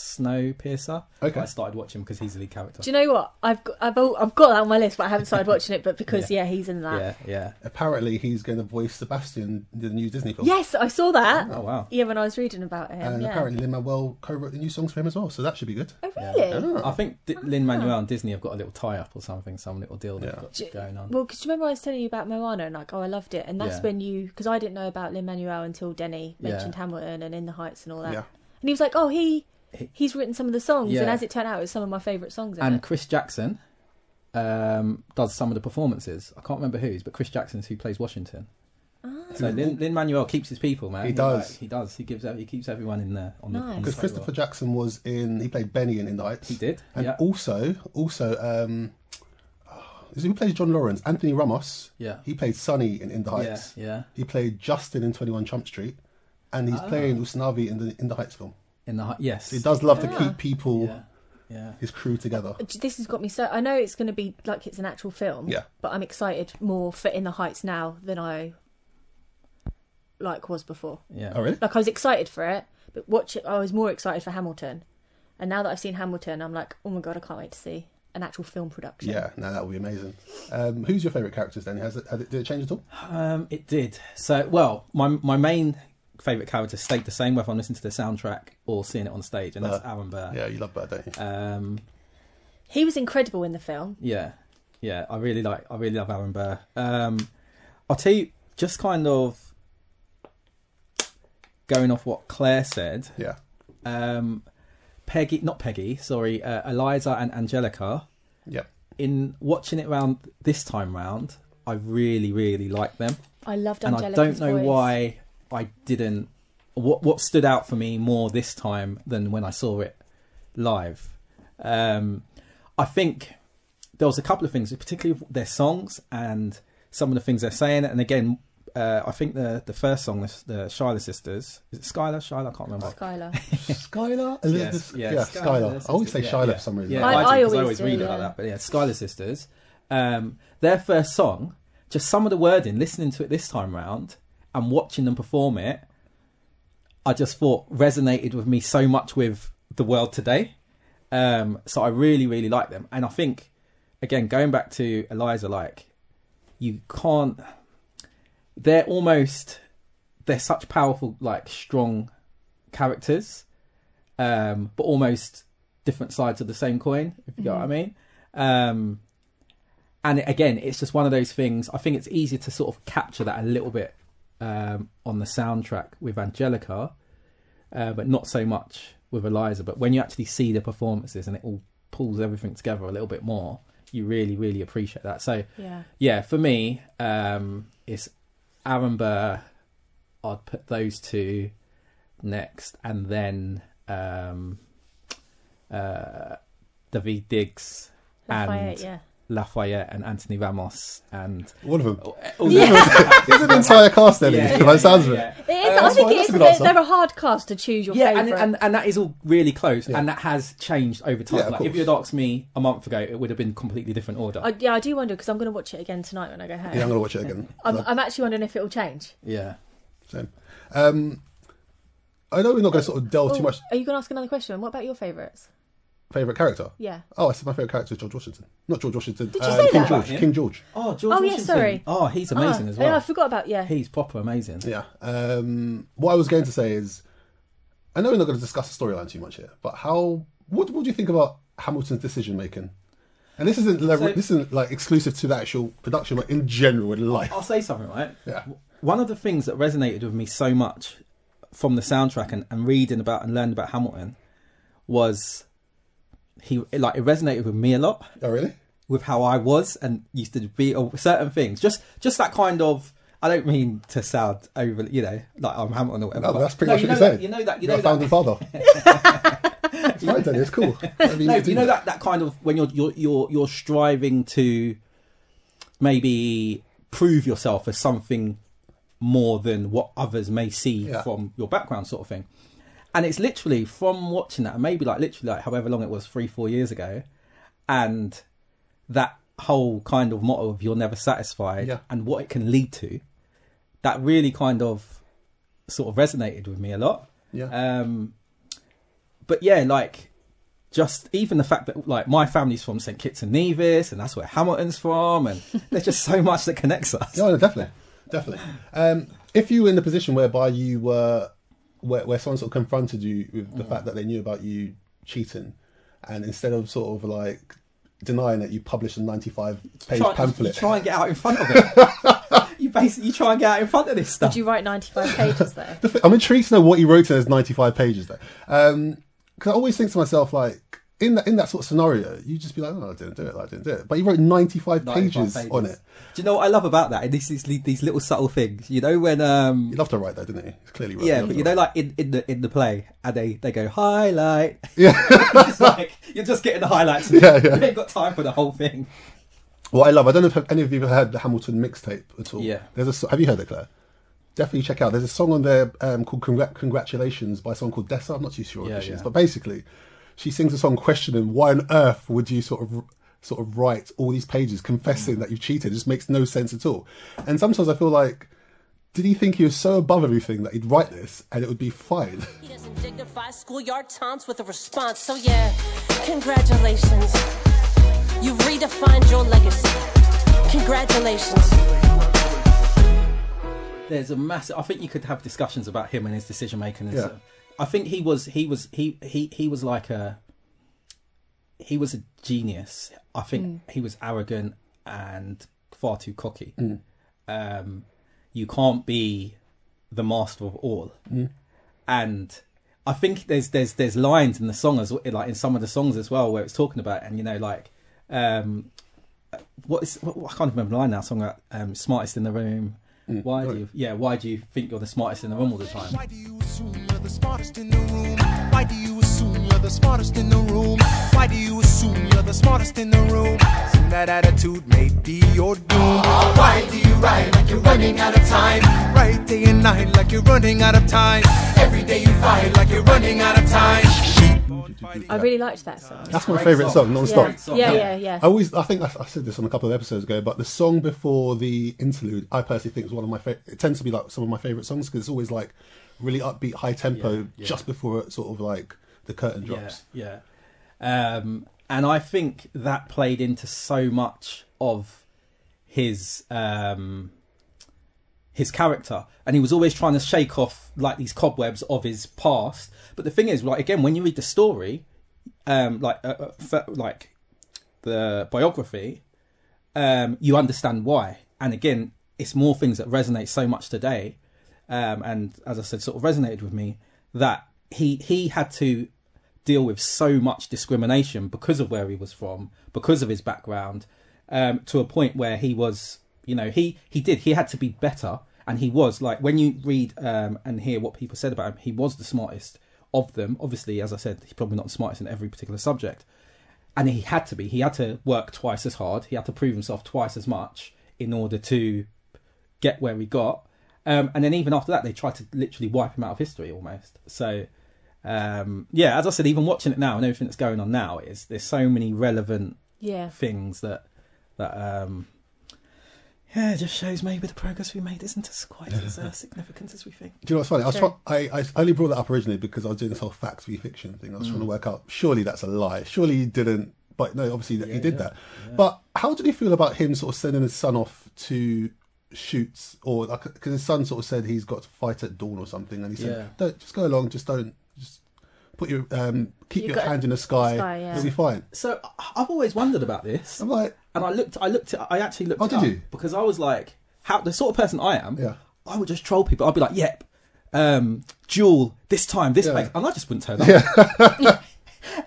Snowpiercer. Okay. I started watching because he's the lead character. Do you know what? I've got, I've, all, I've got that on my list, but I haven't started watching it. But because, yeah, he's in that. yeah, yeah. Apparently, he's going to voice Sebastian in the new Disney film. Yes, I saw that. Oh wow. Yeah, when I was reading about him. And yeah. apparently, Lin Manuel co-wrote the new songs for him as well, so that should be good. oh, really? I think D- Lin Ah. Manuel and Disney have got a little tie up or something, some little deal they've Yeah. got Do- Oh. going on. Well, because you remember I was telling you about Moana and like, oh, I loved it, and that's Yeah. when you because I didn't know about Lin Manuel until Denny Yeah. mentioned Hamilton and In the Heights and all that, Yeah. and he was like, oh, he He- he's written some of the songs, and Yeah. as it turned out, it was some of my favourite songs. In And it. Chris Jackson um, does some of the performances. I can't remember whose, but Chris Jackson's who plays Washington. So Lin Manuel keeps his people, man. He does. like, he does. He gives. He keeps everyone in there. On the- on the, Nice. Because same Christopher level. Jackson was in, he played Benny in In the Heights. He did. And yeah. also, also, um, is who plays John Lawrence? Anthony Ramos. Yeah. He played Sonny in In the yeah. Heights. Yeah. He played Justin in Twenty One Chump Street, and Ah. he's playing Usnavi in the In the Heights film. In the hi- yes. He does love to Ah. keep people, Yeah. Yeah. his crew together. this has got me so. I know it's going to be like it's an actual film, Yeah. but I'm excited more for In the Heights now than I like was before. Yeah. Oh really? Like I was excited for it, but watch it. I was more excited for Hamilton, and now that I've seen Hamilton, I'm like, oh my god, I can't wait to see an actual film production. Yeah, no, that would be amazing. Um, who's your favourite characters then? Has it, has it, did it change at all? Um, it did. So, well, my my main favorite character stayed the same, whether I'm listening to the soundtrack or seeing it on stage, and that's Burr. Aaron Burr. Uh, Yeah, you love Bird, don't you? Um, He was incredible in the film. yeah, yeah. I really like. I really love Aaron Burr. Um, I'll tell you, just kind of going off what Claire said. Yeah. Um, Peggy, not Peggy, sorry, uh, Eliza and Angelica. Yep. In watching it round this time round, I really, really like them. I loved and I Angelica's don't know voice. why I didn't. What what stood out for me more this time than when I saw it live. Um, I think there was a couple of things, particularly their songs and some of the things they're saying. And again, uh, I think the the first song, the, the Shyla sisters, is it Skylar? Shyla, I can't remember. Skylar. Skylar? Elizabeth? yeah, yeah, Skylar, Skylar. that's I always it, say yeah, Shyla yeah. for some reason. Yeah, I, I- I do, 'cause I always always do, read it yeah. like that. But yeah, Skylar Sisters. Um, their first song, just some of the wording, listening to it this time round and watching them perform it, I just thought resonated with me so much with the world today. Um, so I really, really like them. And I think, again, going back to Eliza, like, you can't, they're almost, they're such powerful, like, strong characters, um, but almost different sides of the same coin, if you know what I mean. Um, and again, it's just one of those things. I think it's easier to sort of capture that a little bit um, on the soundtrack with Angelica, uh, but not so much with Eliza. But when you actually see the performances and it all pulls everything together a little bit more, you really, really appreciate that. So, Yeah. yeah, for me, um, it's Aaron Burr. I'd put those two next, and then um, uh, David Diggs Lafayette, and yeah. Lafayette and Anthony Ramos and All of them. all It's an entire cast, then, by the sounds of it. Uh, It is, I that's think fine, it is. that's a good They're, answer. they're a hard cast to choose your yeah, and, favourite. and and that is all really close, and that has changed over time. Yeah, of like if course. you had asked me a month ago, it would have been completely different order. I, yeah, I do wonder because I'm going to watch it again tonight when I go home. Yeah, I'm going to watch it again. I'm, I'm actually wondering if it will change. yeah, Same. Um, I know we're not going to sort of delve too Ooh, much. Oh, Are you going to ask another question? What about your favourites? Favorite character? Yeah. Oh, I said my favorite character is George Washington. Not George Washington. Did you um, say King that? George. Yeah. King George. Oh, George Oh, yeah, Washington. sorry. Oh, he's amazing Ah, as yeah, well. I forgot about yeah. He's proper amazing. Yeah. Um, what I was going to say is, I know we're not going to discuss the storyline too much here, but how? What, what do you think about Hamilton's decision making? And this isn't le- So- this isn't like exclusive to the actual production, but in general in life. I'll say something, right? Yeah. One of the things that resonated with me so much from the soundtrack and, and reading about and learning about Hamilton was he like it resonated with me a lot Oh, really? with how I was and used to be or certain things. Just just that kind of I don't mean to sound overly, you know, like I'm Hamilton or whatever. No, but- Oh, that's pretty No, much you what know you're that- saying. You know that. You You're know a that. founding father. it's fine, Danny. It's cool. Whatever no, need to you do. know that that kind of when you're you're you're you're striving to maybe prove yourself as something more than what others may see Yeah. from your background, sort of thing. And it's literally from watching that, and maybe like literally like however long it was, three four years ago, and that whole kind of motto of "you're never satisfied" Yeah. and what it can lead to. That really kind of sort of resonated with me a lot. Yeah. Um, but yeah, like just even the fact that like my family's from St Kitts and Nevis, and that's where Hamilton's from, and there's just so much that connects us. No, no, definitely, definitely. Um, if you were in the position whereby you were, where, where someone sort of confronted you with the fact that they knew about you cheating, and instead of sort of like denying it, you published a ninety-five page Try, you pamphlet. try and get out in front of it. you basically you try and get out in front of this stuff. Did you write 95 pages there? I'm intrigued to know what he wrote in those ninety-five pages, though, because I always think to myself like. In that, in that sort of scenario, you just be like, "No, I didn't do it. I didn't do it." But he wrote ninety-five, 95 pages, on it. Do you know what I love about that? And this is these these little subtle things. You know when um He loved to write that, didn't he? He's clearly right. yeah, but you know like in, in the in the play and they they go highlight. Yeah. it's like you're just getting the highlights. Yeah, yeah. You ain't got time for the whole thing. What I love, I don't know if any of you have heard the Hamilton mixtape at all. Yeah. There's a, so- have you heard it, Claire? Definitely check out. There's a song on there um, called Congrat- "Congratulations" by someone called Dessa. I'm not too sure what Yeah, it is, yeah. but basically, she sings a song questioning why on earth would you sort of sort of write all these pages confessing Mm. that you cheated. It just makes no sense at all. And sometimes I feel like, did he think he was so above everything that he'd write this and it would be fine? He doesn't dignify schoolyard taunts with a response. So yeah, congratulations. You redefined your legacy. Congratulations. there's a massive. I think you could have discussions about him and his decision making. and Yeah. stuff. I think he was he was he he he was like a he was a genius. I think he was arrogant and far too cocky. Um, you can't be the master of all, and I think there's there's there's lines in the song as well, like in some of the songs as well where it's talking about and you know like um what is what, I can't remember the line now. Song like um, smartest in the room. Why do you, yeah? Why do you think you're the smartest in the room all the time? Why do you assume you're the smartest in the room? Why do you assume you're the smartest in the room? Why do you assume you're the smartest in the room? Soon that attitude may be your doom. Why do you write like you're running out of time? Write day and night like you're running out of time. Every day you fight like you're running out of time. Sheep I really liked that song. That's my favourite song, non-stop. Yeah. yeah, yeah, yeah. I always, I think that's, I said this on a couple of episodes ago, but the song before the interlude, I personally think is one of my favorite. It tends to be like some of my favorite songs because it's always like really upbeat, high tempo, Yeah, yeah. just before it sort of like the curtain drops. Yeah, yeah. Um, and I think that played into so much of his um, his character, and he was always trying to shake off like these cobwebs of his past. But the thing is, like again, when you read the story, um, like uh, uh, f- like the biography, um, you understand why. And again, it's more things that resonate so much today, um, and as I said, sort of resonated with me that he he had to deal with so much discrimination because of where he was from, because of his background, um, to a point where he was, you know, he he did he had to be better, and he was like when you read um, and hear what people said about him, he was the smartest of them. Obviously, as I said, he's probably not the smartest in every particular subject, and he had to be. He had to work twice as hard. He had to prove himself twice as much in order to get where we got. Um, and then even after that, they tried to literally wipe him out of history almost. So, um, yeah, as I said, even watching it now and everything that's going on now is there's so many relevant yeah. things that that um, yeah, it just shows maybe the progress we made isn't as quite as uh, significant as we think. Do you know what's funny? I was try- I, I only brought that up originally because I was doing this whole fact v fiction thing. I was Mm. trying to work out. Surely that's a lie. Surely you didn't. But no, obviously that he did that. But how did he feel about him sort of sending his son off to shoot, or because his son sort of said he's got to fight at dawn or something, and he said, Yeah. "Don't just go along. Just don't. Just put your um, keep You your got- hand in the sky. sky, yeah. You'll be fine." So I- I've always wondered about this. I'm like, and I looked, I looked, it- I actually looked Oh, it did up you? because I was like, how the sort of person I am, Yeah. I would just troll people. I'd be like, yep, um, duel this time, this Yeah. place, and I just wouldn't turn up.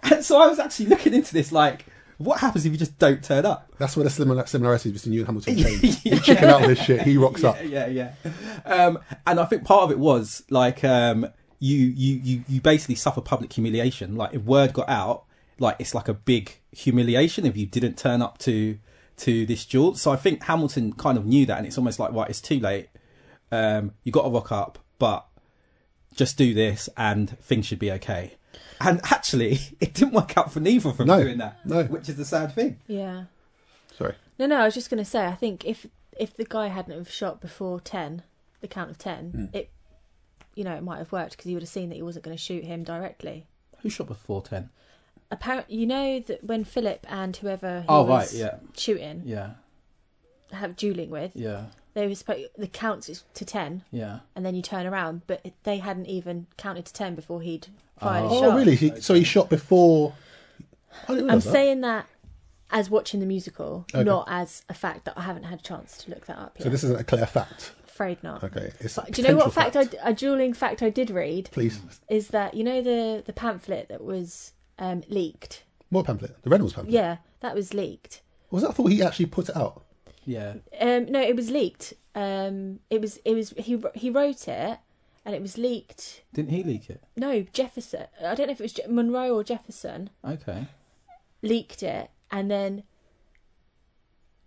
and so I was actually looking into this, like, what happens if you just don't turn up? that's where the similar similarities between you and Hamilton change. You chicken out of this shit. He rocks up. Yeah, yeah, yeah. Um, and I think part of it was like um, you, you, you, you basically suffer public humiliation. Like if word got out, like it's like a big humiliation if you didn't turn up to to this duel. So I think Hamilton kind of knew that, and it's almost like right, it's too late. Um, you got to rock up, but just do this, and things should be okay. And actually, it didn't work out for neither of them No, doing that, no. which is the sad thing. Yeah. Sorry. No, no, I was just going to say, I think if if the guy hadn't have shot before 10, the count of Hmm. 10, it, you know, it might have worked because he would have seen that he wasn't going to shoot him directly. Who shot before ten? Apparently, you know that when Philip and whoever he Oh, was right, yeah. shooting, Yeah, have dueling with, yeah, they were supposed, the count is to 10 yeah. and then you turn around, but it- they hadn't even counted to 10 before he'd fired a Oh, shot. really? He, So he shot before. I didn't I'm realise that. saying that as watching the musical, Okay. not as a fact that I haven't had a chance to look that up yet. So this isn't a clear fact. Afraid not. Okay. It's a But do you know what potential fact, I, a dueling fact I did read Please, is that you know the the pamphlet that was um, leaked. more pamphlet. The Reynolds pamphlet. Yeah, that was leaked. Was that I thought he actually put it out? Yeah. Um, no, it was leaked. Um, it was it was he wr- he wrote it, and it was leaked. Didn't he leak it? No, Jefferson. I don't know if it was Je- Monroe or Jefferson Okay. leaked it, and then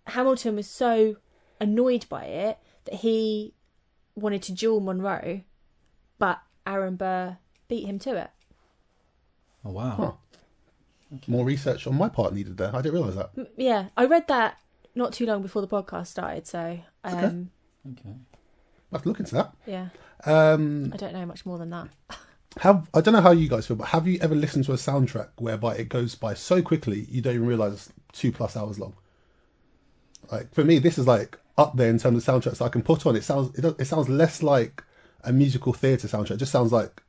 Hamilton was so annoyed by it that he wanted to duel Monroe, but Aaron Burr beat him to it. Oh wow. Huh. More research on my part needed there. I didn't realise that. Yeah, I read that not too long before the podcast started, so um, Okay. I'll have to look into that. yeah, Um, I don't know much more than that. have I don't know how you guys feel, but have you ever listened to a soundtrack whereby it goes by so quickly you don't even realise it's two plus hours long? Like for me, this is like up there in terms of soundtracks I can put on. It sounds it, does- it sounds less like a musical theatre soundtrack. It just sounds like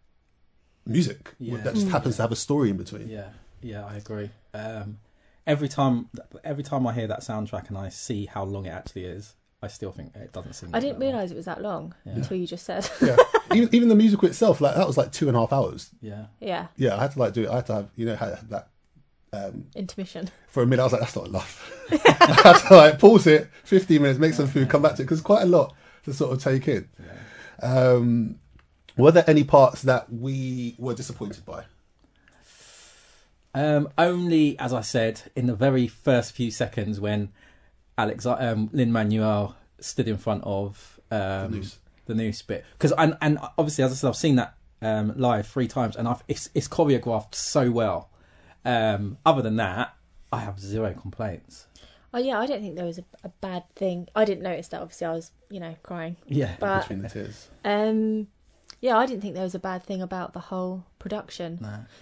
music Yeah. that just happens to have a story in between. Yeah. Yeah, I agree. Um, every time, every time I hear that soundtrack and I see how long it actually is, I still think it doesn't seem. I didn't that long. realise it was that long until you just said. Yeah. even, even the musical itself, like that was like two and a half hours. Yeah. yeah, Yeah, I had to like do it. I had to have you know had that intermission. for a minute. I was like, that's not enough. I had to like pause it, fifteen minutes, make some food, come back to it because quite a lot to sort of take in. Um, were there any parts that we were disappointed by? Um, only as I said in the very first few seconds when Alex um, Lin Manuel stood in front of um, the noose, noose. bit because and and obviously as I said I've seen that um, live three times, and I've, it's it's choreographed so well. Um, other than that, I have zero complaints. Oh yeah, I don't think there was a, a bad thing. I didn't notice that. Obviously, I was you know crying, Yeah, but between the tears. um, yeah, I didn't think there was a bad thing about the whole production.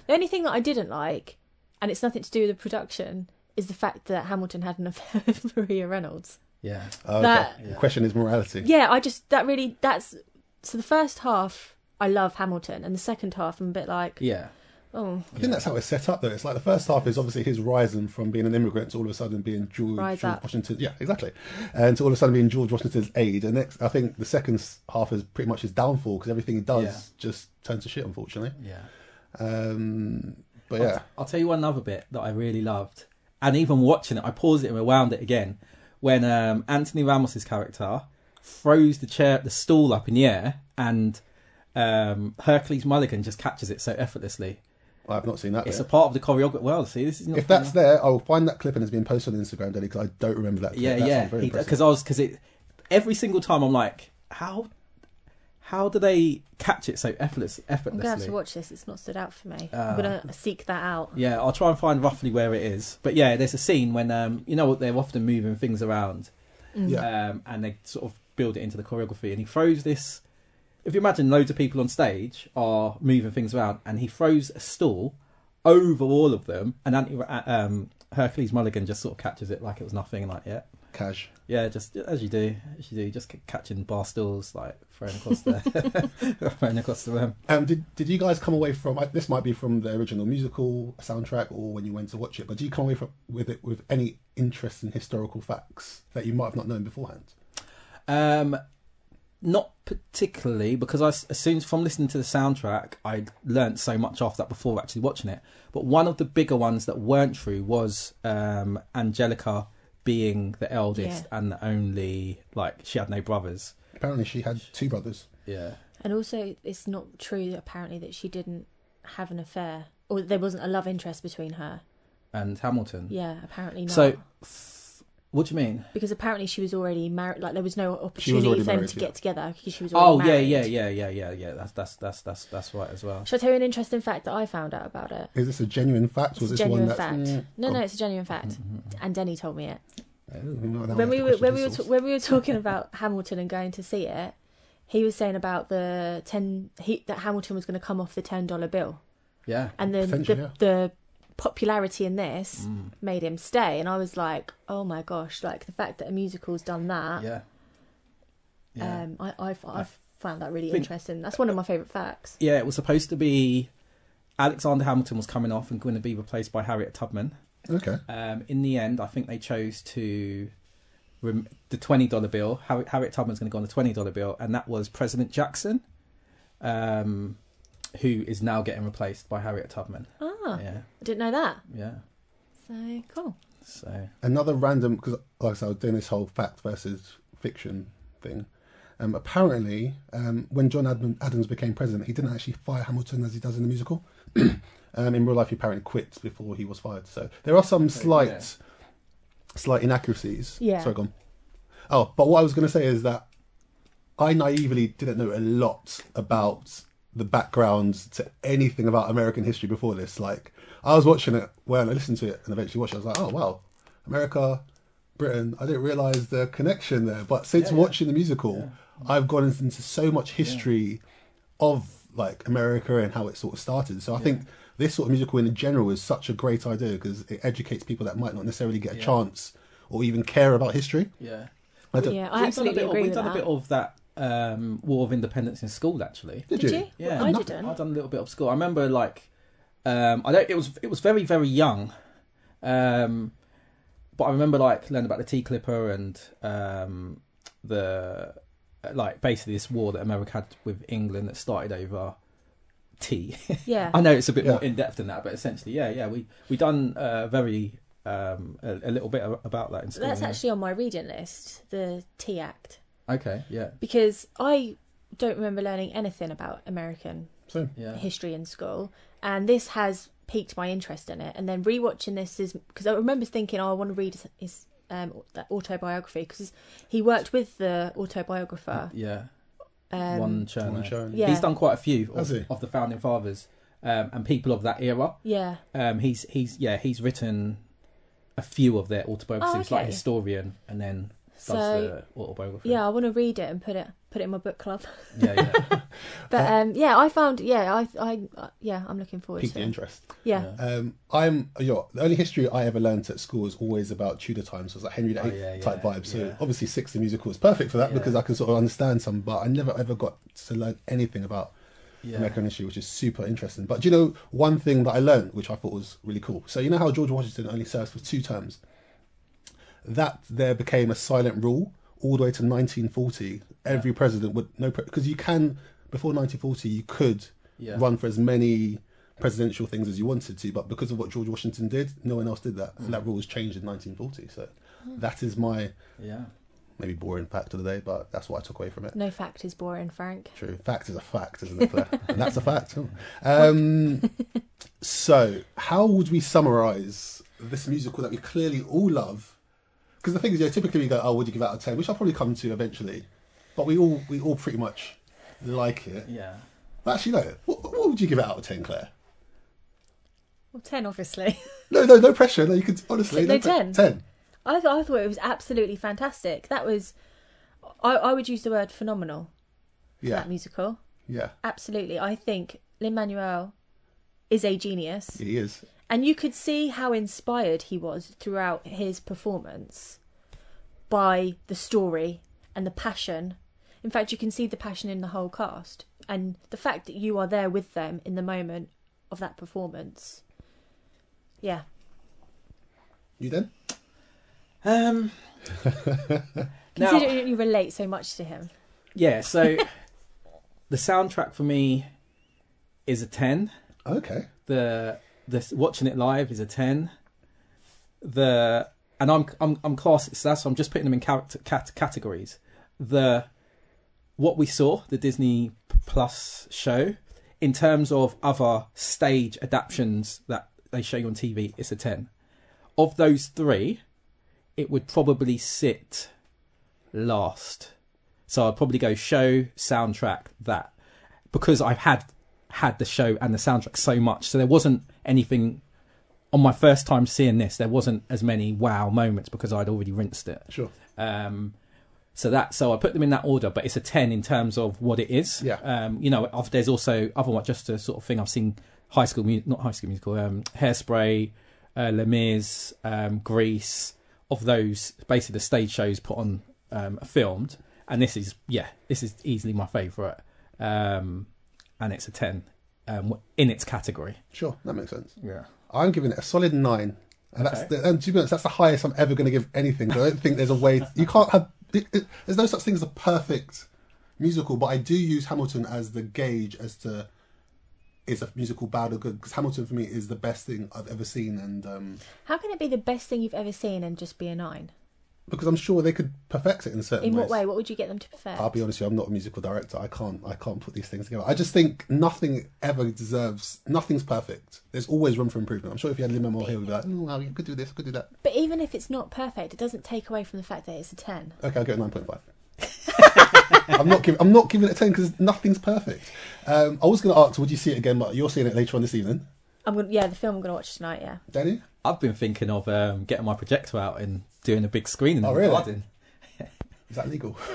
The only thing that I didn't like, and it's nothing to do with the production, is the fact that Hamilton had an affair with Maria Reynolds. yeah. Uh, Oh, okay. that- The question is morality. Yeah, I just that really that's so the first half I love Hamilton, and the second half I'm a bit like Yeah. oh I think that's how it's set up, though. It's like the first half is obviously his rising from being an immigrant to all of a sudden being George, Rise George up. Washington. Yeah, exactly. And to all of a sudden being George Washington's aide. And next, I think the second s- half is pretty much his downfall because everything he does Yeah. just turns to shit, unfortunately. Yeah. Um, but yeah, I'll tell you one other bit that I really loved, and even watching it, I paused it and rewound it again when um, Anthony Ramos's character throws the chair, the stool up in the air, and um, Hercules Mulligan just catches it so effortlessly. I've not seen that. It's bit. a part of the choreography. Well, see, this is not if that's there, I'll find that clip and it's been posted on Instagram, Daddy, because I don't remember that clip. yeah, That yeah, sounds very impressive. because I was because it every single time I'm like, how how do they catch it so effortless I'm gonna have effortlessly? to watch this. It's not stood out for me. Uh, I'm gonna seek that out. Yeah, I'll try and find roughly where it is. But yeah, there's a scene when um, you know what they're often moving things around, Yeah. um, and they sort of build it into the choreography. And he throws this. If you imagine, loads of people on stage are moving things around, and he throws a stool over all of them, and Anti- uh, um, Hercules Mulligan just sort of catches it like it was nothing, and like yeah, Cash. yeah, just as you do, as you do, just c- catching bar stools like throwing across the throwing across the room. Um, did did you guys come away from I- this? Might be from the original musical soundtrack, or when you went to watch it. But do you come away from, with it with any interest in historical facts that you might have not known beforehand? Um, not particularly because I s- as soon as from listening to the soundtrack, I learnt so much off that before actually watching it. But one of the bigger ones that weren't true was um, Angelica being the eldest and the only like she had no brothers. Apparently, she had two brothers. Yeah, And also, it's not true apparently that she didn't have an affair or there wasn't a love interest between her. and Hamilton. Yeah, apparently not. So, f- what do you mean? because apparently she was already married, like there was no was opportunity already for them married, to yeah. get together because she was Oh already married. yeah, yeah, yeah, yeah, yeah, yeah. That's that's that's that's that's right as well. Shall I tell you an interesting fact that I found out about it? Is this a genuine fact? It's a Was this genuine one that's fact. Mm, No, oh, no, it's a genuine fact. Mm-hmm, And Denny told me it. I don't know, that when one we has were when to question we were source. t- when we were talking about Hamilton and going to see it, he was saying about the ten he, that Hamilton was going to come off the ten dollar bill, Yeah, Mm. and then the, Potentially, yeah. the popularity in this made him stay. And I was like, oh my gosh, like the fact that a musical's done that. yeah. Uh, Um, I I've, I've found that really Think- interesting. That's one of my favorite facts. Yeah, it was supposed to be Alexander Hamilton was coming off and going to be replaced by Harriet Tubman. okay. Um, in the end, I think they chose to rem- the twenty dollar bill. Har- Harriet Tubman's going to go on the twenty dollar bill, and that was President Jackson, um, who is now getting replaced by Harriet Tubman. Ah, Yeah, I didn't know that. yeah. So cool. So Another random because like I said, I was doing this whole fact versus fiction thing. Um, apparently, um, when John Adam, Adams became president, he didn't actually fire Hamilton as he does in the musical. um, in real life, he apparently quit before he was fired. So there are some slight, slight inaccuracies. Yeah. Sorry, gone. Oh, but what I was going to say is that I naively didn't know a lot about the background to anything about American history before this. Like, I was watching it, well, I listened to it and eventually watched it. I was like, oh, wow, America, Britain. I didn't realize the connection there. But since watching the musical, I've gone into so much history of like America and how it sort of started. So I think this sort of musical in general is such a great idea because it educates people that might not necessarily get a chance or even care about history. yeah, I don't- Yeah, I We've done a absolutely bit, agree we've with done that. a bit of that um, War of Independence in school actually. Did, Did you? you? Yeah, Well, I Nothing. didn't. I've done a little bit of school. I remember like um, I don't. It was it was very very young, um, but I remember like learning about the tea clipper and um, the like basically this war that America had with England that started over tea. Yeah. I know it's a bit Yeah. more in depth than that, but essentially, yeah, yeah, we we done uh, very um, a, a little bit a- about that in school. That's yeah. actually on my reading list, the Tea Act, okay. Yeah, because I don't remember learning anything about American So yeah, history in school, and this has piqued my interest in it. And then rewatching this is because I remember thinking, oh, I want to read his, his um, that autobiography because he worked with the autobiographer yeah. Um, one churner. One churner. Yeah. He's done quite a few Has of, he? of the founding fathers um, and people of that era. Yeah. Um, he's he's yeah he's written a few of their autobiographies, Oh, like okay. historian, and then does So- the autobiography. Yeah, I want to read it and put it put it in my book club. yeah, yeah. But um, yeah, I found yeah, I I uh, yeah, I'm looking forward piqued to the it. interest. Yeah. Um, I'm you know, the only history I ever learnt at school was always about Tudor times, was like Henry VIII Oh, yeah, type yeah, vibe. So yeah. obviously, Six the musical is perfect for that Yeah. because I can sort of understand some. But I never ever got to learn anything about Yeah. American history, which is super interesting. But do you know one thing that I learnt, which I thought was really cool? So you know how George Washington only serves for two terms. That there became a silent rule all the way to 1940. Every president would no because you can before 1940 you could Yeah. run for as many presidential things as you wanted to, but because of what George Washington did, no one else did that, and that rule was changed in 1940. So that is my yeah. maybe boring fact of the day, but that's what I took away from it. No fact is boring, Frank. True. Fact is a fact, isn't it, Claire? and that's a fact. Oh. Um, so, how would we summarise this musical that we clearly all love? Because the thing is, yeah, typically we go, "Oh, would you give it out of 10? Which I'll probably come to eventually, but we all we all pretty much like it. Yeah. But actually, no. What, what would you give it out of ten, Claire? Well, ten, obviously. No, no, no pressure. No, you could honestly. No, pre- 10. Ten. I thought I thought it was absolutely fantastic. That was, I I would use the word phenomenal. Yeah, That musical, yeah. absolutely. I think Lin Manuel is a genius, He is. and you could see how inspired he was throughout his performance by the story and the passion. In fact, you can see the passion in the whole cast, and the fact that you are there with them in the moment of that performance. Yeah, You then? Um. now- considering you relate so much to him. yeah. So the soundtrack for me is a ten. Okay. the the watching it live is a ten. The and I'm I'm I'm classic, so that's why I'm just putting them in character cat, categories. The what we saw the Disney Plus show in terms of other stage adaptions that they show you on TV, it's a ten. Of those three, it would probably sit last. So I'd probably go show soundtrack that because I've had had the show and the soundtrack so much. So there wasn't anything on my first time seeing this. There wasn't as many wow moments because I'd already rinsed it. Sure. Um, so that so I put them in that order, but it's a ten in terms of what it is. Yeah. Um, you know, of- there's also other one just a sort of thing I've seen High School Mu- not High School Musical, um, Hairspray, uh, Les Mis, um, Grease. Of those, basically the stage shows put on um, filmed, and this is yeah, this is easily my favourite, um, and it's a ten um, in its category. Sure. That makes sense. Yeah. I'm giving it a solid nine. And that's Okay. the, and to be honest, that's the highest I'm ever going to give anything. 'cause I don't think there's a way you can't have. It, it, there's no such thing as a perfect musical, but I do use Hamilton as the gauge as to is a musical bad or good because Hamilton for me is the best thing I've ever seen, and um, How can it be the best thing you've ever seen and just be a nine? because I'm sure they could perfect it in certain In ways. what way? What would you get them to perfect? I'll be honest with you, I'm not a musical director. I can't I can't put these things together. I just think nothing ever deserves nothing's perfect. There's always room for improvement. I'm sure if you had Lin Manuel here, we'd be like, mm, well, you could do this, you could do that. But even if it's not perfect, it doesn't take away from the fact that it's a 10. Okay, I'll go nine point five. I'm not giving. I'm not giving it a ten because nothing's perfect. Um, I was going to ask, would you see it again? But you're seeing it later on this evening, I'm gonna, yeah, the film I'm gonna watch tonight. Yeah, Danny. I've been thinking of um, getting my projector out and doing a big screen in Oh, the really? garden. Is that legal?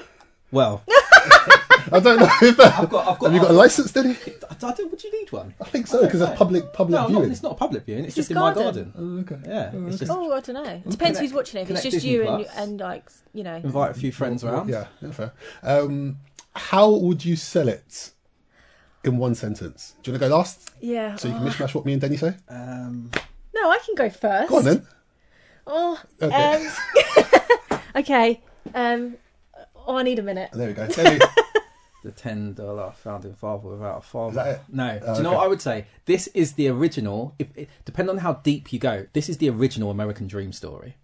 Well, I don't know. If that, I've got- I've got- have you got a license, Danny? I I don't. Would you need one? I think so because it's public public No, I'm not- viewing. it's not a public viewing. It's, It's just in his my garden. garden. Yeah, it's just Oh, I don't know. Mm-hmm. Depends Connect- who's watching it. If it's Connect just Disney you and, Plus. and like you Mm. know, invite a few friends around. Oh, Yeah, yeah, fair. Um, how would you sell it in one sentence? Do you want to go last yeah. so you oh. can mishmash what me and Danny say? Um, No, I can go first. Go on then. Oh, Okay. um, okay. Um, oh, I need a minute. There we go. Danny, the ten dollar founding father without a father. that it? No, Oh, do you know okay. what I would say? This is the original. If it, depending on how deep you go, this is the original American Dream story.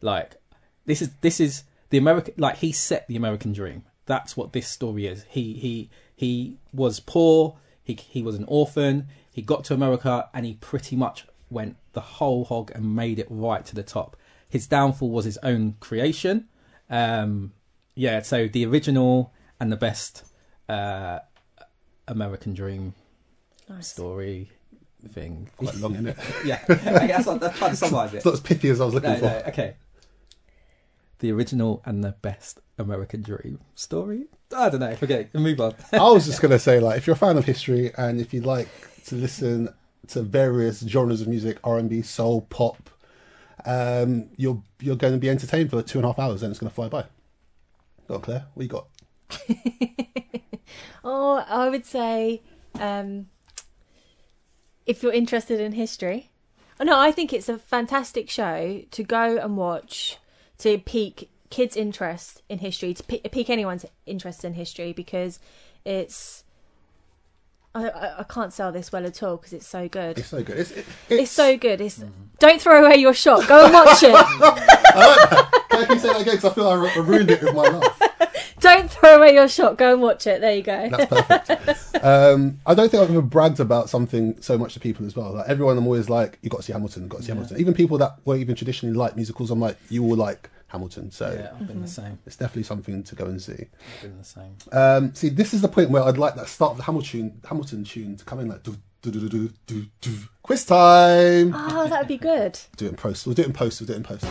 Like this is this is the American. Like he set the American dream. That's what this story is. He he he was poor. He he was an orphan. He got to America and he pretty much went the whole hog and made it right to the top. His downfall was his own creation. Um, yeah, so the original and the best uh, American Dream Nice. story thing. Quite long, isn't it? yeah, okay, that's what, that's trying to summarise it. It's not as pithy as I was looking No, for. no, okay. The original and the best American Dream story. I don't know. Okay, move on. I was just going to say, like, if you're a fan of history and if you'd like to listen to various genres of music, R&B, soul, pop, um, you're you're going to be entertained for two and a half hours, and it's going to fly by. Go on, Claire. What you got? Oh, I would say um, if you're interested in history. Oh, no, I think it's a fantastic show to go and watch to pique kids' interest in history, to pi- pique anyone's interest in history because it's. I, I, I can't sell this well at all because it's so good. It's so good. It's, it, It's so good. It's don't throw away your shot. Go and watch it. Can I keep saying that again? Because I feel I ru- ruined it with my laugh. don't throw away your shot. Go and watch it. There you go. That's perfect. Um, I don't think I've ever bragged about something so much to people as well. Like everyone, I'm always like, "You got to see Hamilton. You got to see Hamilton." Even people that weren't even traditionally like musicals, I'm like, "You will like Hamilton." So Yeah, I've been the same. it's definitely something to go and see. I've been the same. Um, see, this is the point where I'd like that start of the Hamilton Hamilton tune to come in like do do do do do do. Quiz time. Oh, that would be good. Do it in post. We'll do it in post. We'll do it in post.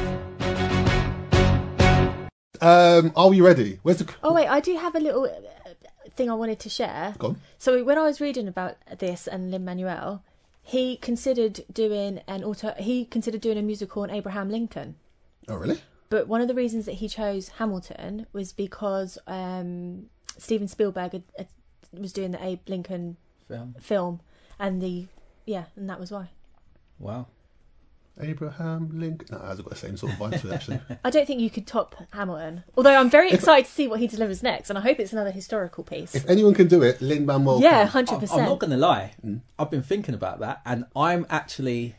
Um, are we ready? Where's the? Oh wait, I do have a little uh, thing I wanted to share. Go on. So when I was reading about this and Lin Manuel, he considered doing an auto. He considered doing a musical on Abraham Lincoln, Oh, really? but one of the reasons that he chose Hamilton was because um, Steven Spielberg had, had, was doing the Abe Lincoln Film. film, and the yeah, and that was why. Wow. Abraham Lincoln. No, it hasn't got the same sort of vibe to it actually. I don't think you could top Hamilton. Although I'm very excited to see what he delivers next, and I hope it's another historical piece. if anyone can do it, Lin Manuel. Yeah, I'm, hundred I'm not percent. going to lie. I've been thinking about that, and I'm actually,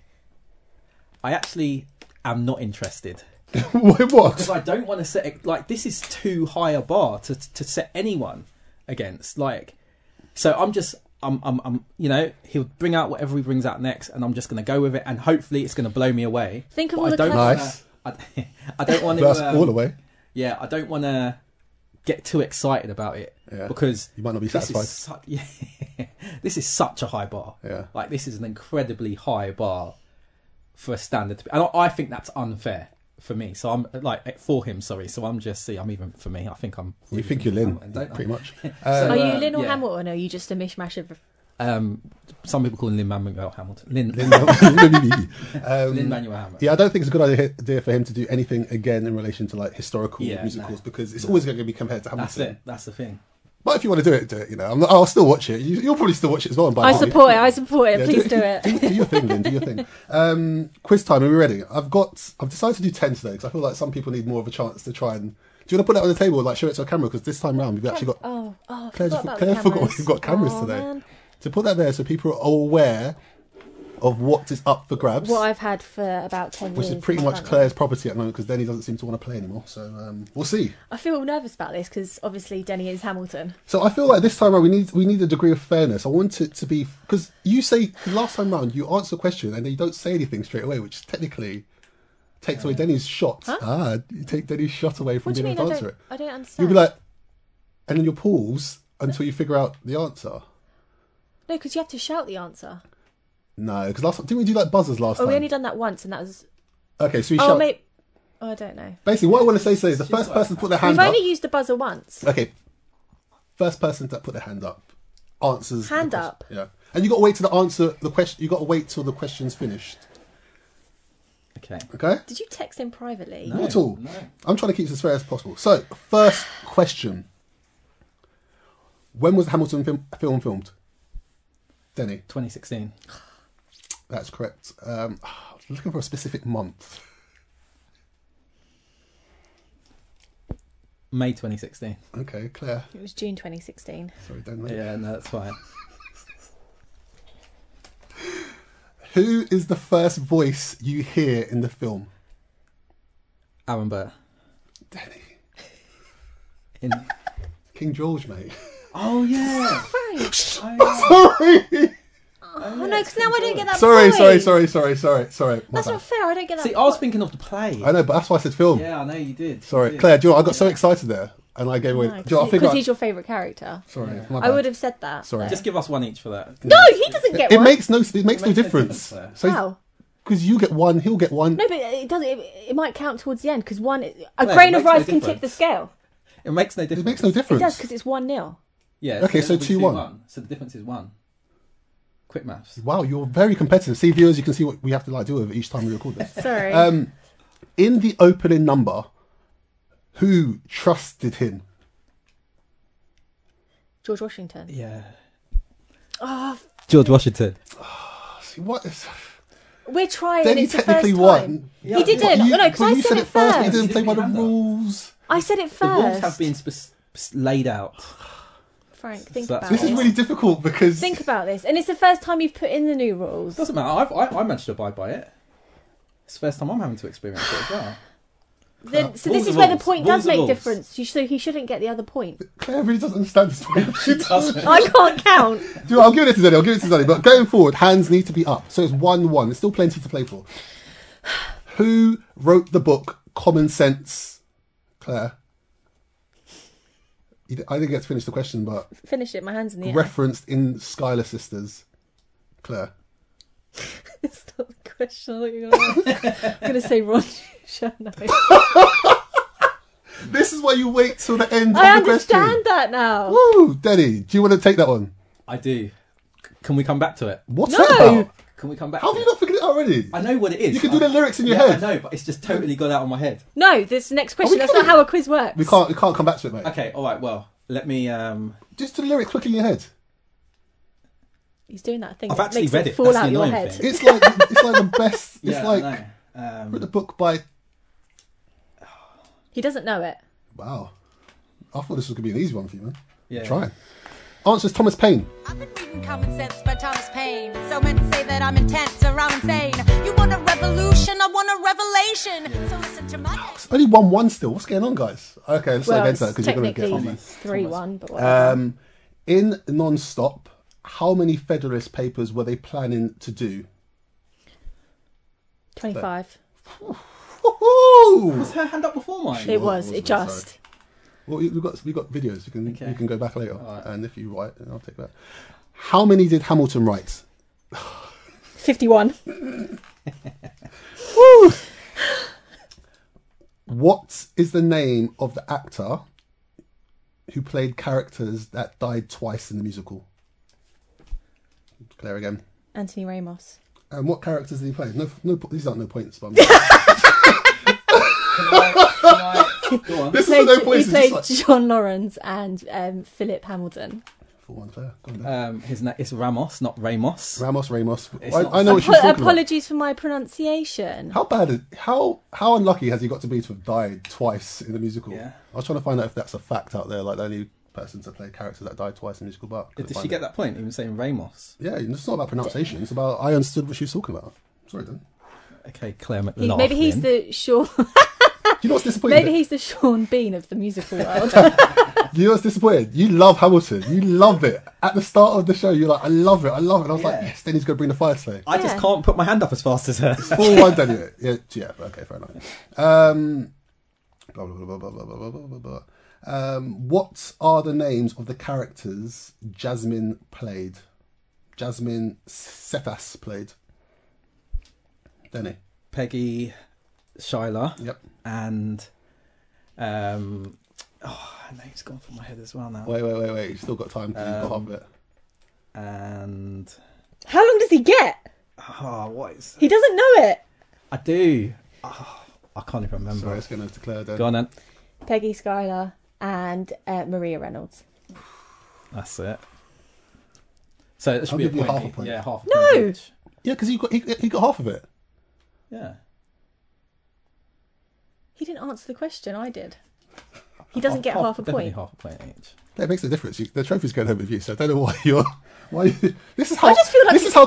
I actually am not interested Wait, what? because I don't want to set like this is too high a bar to to set anyone against. Like, so I'm just. I'm, I'm, I'm, you know, he'll bring out whatever he brings out next, and I'm just going to go with it, and hopefully it's going to blow me away. Think of But all I the don't classics. Nice. wanna- I, I don't want to. That's um, all the way. yeah, I don't want to get too excited about it Yeah. because You might not be This is, su- yeah, this is such a high bar. Yeah. like this is an incredibly high bar for a standard to be, and I- I think that's unfair for me. So I'm like for him, sorry. So I'm just see, I'm even for me. I think I'm. You think you're Lin, Hamilton, don't I? pretty much. Are Um, you Um, Lin or yeah. Hamilton, or are you just a mishmash of? Um, some people call him Lin Manuel Hamilton. Lin Lin, um, Manuel Hamilton. yeah, I don't think it's a good idea, idea for him to do anything again in relation to like historical Yeah, musicals no. because it's always going to be compared to that's Hamilton. it. That's the thing. But if you want to do it, do it. You know, I'm not, I'll still watch it. You, you'll probably still watch it as well. and buy I the movie. support it. I support it. Yeah, Please do it. Do, do your thing, Lynn. Do your thing. Um, quiz time. Are we ready? I've got. I've decided to do ten today because I feel like some people need more of a chance to try and. Do you want to put that on the table? Like show it to a camera because this time round we've actually got. Oh, oh, I forgot Claire, just- about Claire the forgot cameras. we've got cameras Oh, today. man. To put that there so people are aware of what is up for grabs, What I've had for about ten which years. is pretty I much don't know. Claire's property at the moment because Denny doesn't seem to want to play anymore. So um, we'll see. I feel nervous about this because obviously Denny is Hamilton. So I feel like this time around we need we need a degree of fairness. I want it to be because you say last time round you answer a question and then you don't say anything straight away, which technically takes away Denny's shot. Ah, you take Denny's shot away from What do you being mean? able I to answer don't. it. I don't understand. You'll be like, and then you'll pause until you figure out the answer. no, because you have to shout the answer. No, because last didn't we do like buzzers last Oh, time? we only done that once, and that was. Okay, so we Oh, shout. mate. Oh, I don't know. Basically, what I want to say so is the first person to put their hand We've up. only used the buzzer once. Okay, first person to put their hand up answers. the Hand question. up? Yeah, and you got to wait till the answer the question. You got to wait till the question's finished. Okay. Okay. Did you text him privately? Not at all. I'm trying to keep this as fair as possible. So, first question. When was the Hamilton film, film filmed? Denny, 2016. that's correct. Um, I was looking for a specific month. May 2016. Okay, Claire. It was June 2016. Sorry, Denny. Yeah, no, that's fine. Who is the first voice you hear in the film? Aaron Burr. Denny. In... King George, mate. Oh yeah. sorry. Oh no, because now I don't get that. Sorry, point. sorry, sorry, sorry, sorry, sorry. My That's bad. not fair. I don't get that. See, I was point. thinking of the play. I know, but that's why I said film. Yeah, I know you did. You Sorry, did. Claire, do you know, what? I got so excited there. and I gave away. Because Do you know, I think I- he's your favourite character. Sorry, my I bad. would have said that. Sorry. though. Just give us one each for that. no, he doesn't get It one. makes no. It makes no makes no difference. difference so How? because you get one, he'll get one. No, but it doesn't. It, it might count towards the end because one a No, it grain makes of no rice can tip the difference. scale. It makes no difference. It makes no It difference. does because it's one 0 Yeah. Okay, it'll so be 2-1. 2-1. So the difference is one. Quick maths. Wow, you're very competitive. See, viewers, you can see what we have to like do with each time we record this. Sorry. Um, in the opening number, who trusted him? George Washington. Yeah. George Washington. See, What is? We're trying. Then he it's the technically first won. time. he didn't. But you- no, because but I you said, it but first. you didn't play by the Didn't you? rules. I said it The first. rules have been sp- sp- laid out. Frank, think So that's- about This this. is really difficult because Think about this, and it's the first time you've put in the new rules. Doesn't matter. I've, I, I managed to abide by it. It's the first time I'm having to experience it as well. Then- so rules this is are where the rules. point Rules does are make rules. difference. You, so he shouldn't get the other point. Claire really doesn't understand this point. She doesn't. I can't count. Do you know, I'll give it to Zeddy. I'll give it to Zeddy. But going forward, hands need to be up. So it's 1 1. There's still plenty to play for. Who wrote the book Common Sense? Claire. You di- I didn't get to finish the question, but Finish it. My hands in the air. referenced in Skylar Sisters. Claire. It's not the question that you're going to ask. I'm going to say Ron Chernow. This is why you wait till the end I of the question. understand that now. Woo! Daddy, do you want to take that one? I do. C- Can we come back to it? What's No. that about? Can we come back? How to have you it? not figured it out already? I know what it is. You can do I- the lyrics in your Yeah, head. I know, but it's just totally got out of my head. No, this next question. That's not kidding? how a quiz works. We can't, we can't come back to it, mate. Okay. All right. Well, let me. Um, Just do the lyrics quickly in your head. He's doing that thing. I've that actually makes read it it. fall That's the out your annoying head. thing. It's like it's like the best. It's yeah, like I know. the Um, book by He doesn't know it. Wow. I thought this was gonna be an easy one for you, man. yeah. Try. Answers Thomas Paine. I've been reading Common Sense by Thomas Paine. So men say that I'm intense or I'm insane. You want a revolution? I want a revelation. So listen to my. It's only one one still. What's going on, guys? Okay, let's not Well, against that it's because you're gonna technically get on three one, but whatever. Um in non-stop, how many Federalist papers were they planning to do? twenty-five. Woohoo! Was her hand up before mine? It was. wasn't it? It just. Well, we- we've got we've got videos. You can Okay. you can go back later, and if you write, I'll take that. How many did Hamilton write? 51. What is the name of the actor who played characters that died twice in the musical? Claire again. Anthony Ramos. And what characters did he play? No, no, po- these aren't no points. But I'm- Go on. this is Played, no points. he It's just played like John Lawrence and um, Philip Hamilton. for one Claire. Go on then. Um, his name is Ramos, not Ramos. Ramos, Ramos. It's I, not- I know what Apo- she's talking about. apologies for my pronunciation. How bad? Is, how how unlucky has he got to be to have died twice in the musical? Yeah. I was trying to find out if that's a fact out there. Like the only person to play characters that died twice in the musical, but couldn't Did find she it. get that point? Even saying Ramos. Yeah, it's not about pronunciation. It's about I understood what she was talking about. Sorry, Dan. Okay, Claire He- McLaughlin. maybe he's the Sean. Do you know what's disappointing? maybe he's the Sean Bean of the musical world. Do you know what's disappointing? You love Hamilton. You love it. At the start of the show, you're like, I love it. I love it. And I was like, Yeah. yes, then he's going to bring the fire today. I just Yeah. can't put my hand up as fast as her. 4 1 Daniel. Yeah, yeah, okay, fair enough. Um, blah, blah, blah, blah, blah, blah, blah, blah, blah, blah. Um, what are the names of the characters Jasmine played? Jasmine Cephas played. Danny. Peggy, Shyla, Yep. and um, oh, her name's gone from my head as well now. Wait, wait, wait, wait. You've still got time 'cause Um, you've got half of it. And How long does he get? oh, what is? He doesn't know it. I do. Oh, I can't even remember. Sorry, it's going to declare then. Go on then. Peggy Schuyler and uh, Maria Reynolds. That's it. So it should I'll be a give you point. half a point. Yeah, half. A No! point each. Yeah, because he got, he, he got half of it. Yeah. He didn't answer the question. I did. He doesn't get Oh, half, a definitely point. Half a point each. That makes a difference. You, the trophy's going home with you, so I don't know why you're. Why you, this is how I just feel like this is how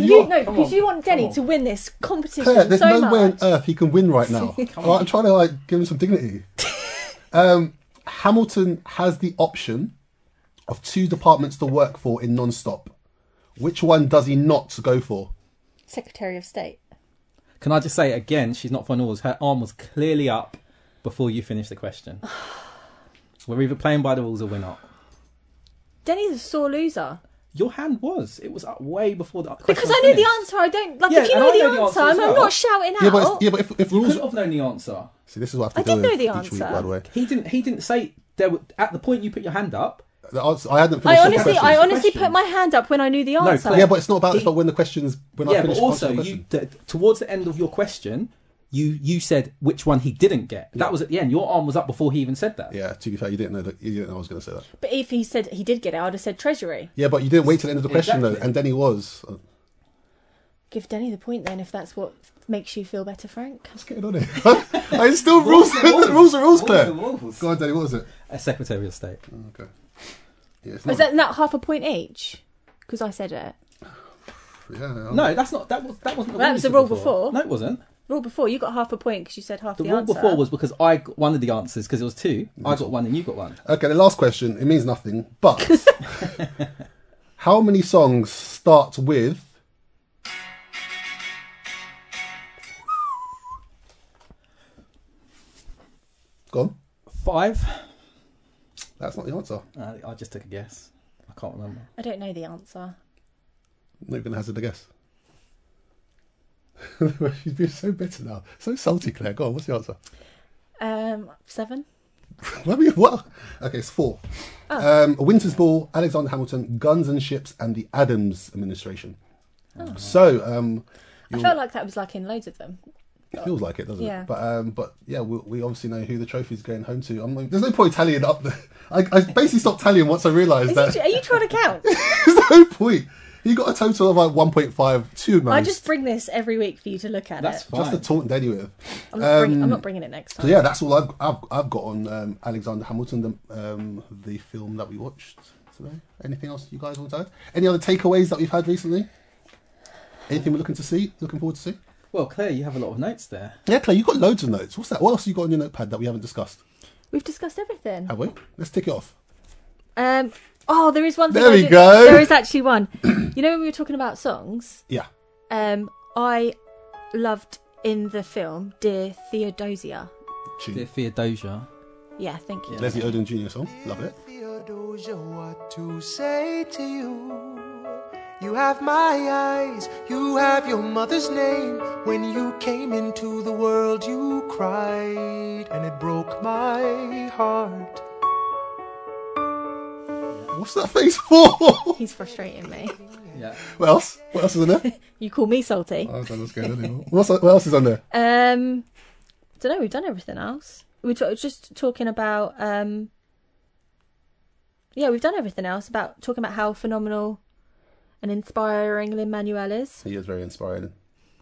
you you, want him, you, are. no, because you want Denny to win this competition Claire, there's so no much. way uh, on earth he can win right now. All right, I'm trying to like give him some dignity. um, Hamilton has the option of two departments to work for in non-stop. Which one does he not go for? Secretary of State. Can I just say again? She's not fine rules. Her arm was clearly up before you finished the question. We're either playing by the rules or we're not. Denny's a sore loser. Your hand was. It was up way before the question Because was I know the finished. answer. I don't like. Yeah, if you and know I the know the answer answer, as I'm, I'm well. not shouting Yeah, out. but, it's- yeah, but if, if You rules. could have known the answer. See, this is what I I have to do did know with the each week, answer. by the way. He didn't. He didn't say there. Were, at the point you put your hand up, The answer, I hadn't I finished the honestly, question. I honestly Question. put my hand up when I knew the answer. Claire. Yeah, but it's not about. It's He- about when the questions. When I yeah, but finished also answering the you question. th- towards the end of your question, you you said which one he didn't get. That was at the end. Your arm was up before he even said that. Yeah, to be fair, you didn't know that. You didn't know I was going to say that. But if he said he did get it, I'd have said Treasury. Yeah, but you didn't wait till the end of the question though, Exactly. and then he was. Uh, Give Denny the point then, if that's what makes you feel better, Frank. What's getting on here? I still rules. Rules are rules, Claire. Rules are rules. God, Danny, what was it? A Secretary of State. Okay. Yeah, it's Was not, that not half a point each? Because I said it. yeah, No, that's not. That was. That wasn't. Well, that you was the said rule before. No, it wasn't. Rule before, you got half a point because you said half The, the, rule answer. before was because I got one of the answers because it was two. I Mm-hmm. got one and you got one. Okay, the last question. It means nothing, but how many songs start with? Gone. Five. That's not the answer. Uh, I just took a guess. I can't remember. I don't know the answer. I'm not even hazard a guess. She's being so bitter now, so salty, Claire. Go on. What's the answer? Um, seven. What? we- what? Okay, it's four. Oh. Um, Winter's Ball, Alexander Hamilton, Guns and Ships, and the Adams Administration. Oh. So um, I felt like that was like in loads of them. it feels like it, doesn't Yeah. it? But um, but yeah, we, we obviously know who the trophy's going home to. I'm like, there's no point tallying up. The, I, I basically stopped tallying once I realised Is that it, are you trying to count? there's no point. He got a total of like 1.52 most. I just bring this every week for you to look at That's it. fine. just to taunt Denny with. Um, I'm not, bring, I'm not bringing it next time. So yeah, that's all I've I've, I've got on um, Alexander Hamilton, the um, the film that we watched today. Anything else you guys want to add? Any other takeaways that we've had recently? Anything we're looking to see? Looking forward to see? Well, Claire, you have a lot of notes there. Yeah, Claire, you've got loads of notes. What's that? What else you got on your notepad that we haven't discussed? We've discussed everything. Have we? Let's tick it off. Um, oh, there is one. Thing There I we did- go. There is actually one. you know when we were talking about songs, Yeah. um, I loved in the film "Dear Theodosia." Tune. Dear Theodosia. Yeah, thank you. Leslie Odom Jr. song. Love it. Theodosia, what to say to you? You have my eyes, you have your mother's name. When you came into the world, you cried, and it broke my heart. What's that face for? what He's frustrating me. Yeah. else? What else is on there? You call me salty. I don't know what's going on anymore. What's, what else is on there? Um, don't know. We've done everything else. We were just talking about. Um, yeah, we've done everything else about talking about how phenomenal and inspiring Lin Manuel is. He is very inspiring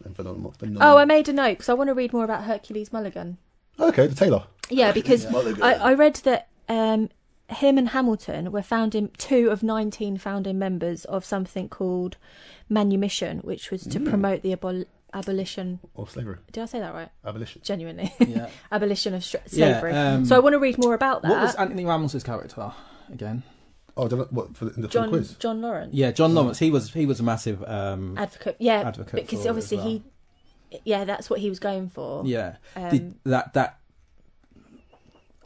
and phenomenal. phenomenal. Oh, I made a note because I want to read more about Hercules Mulligan. okay, the Taylor. Yeah, because Mulligan. I, I read that um, him and Hamilton were founding two of 19 founding members of something called Manumission, which was to promote the abol- abolition. Or slavery. Did I say that right? Abolition. Genuinely, Yeah. abolition of stra- Yeah, slavery. um, so I want to read more about that. What was Anthony Ramos' character again? Oh, don't, what, for the, for the John quiz? John Lawrence Yeah, Mm. John Lawrence. He was. He was a massive. Um, advocate. Yeah, Advocate for because it obviously as well. he. Yeah, that's what he was going for um, yeah. Did that that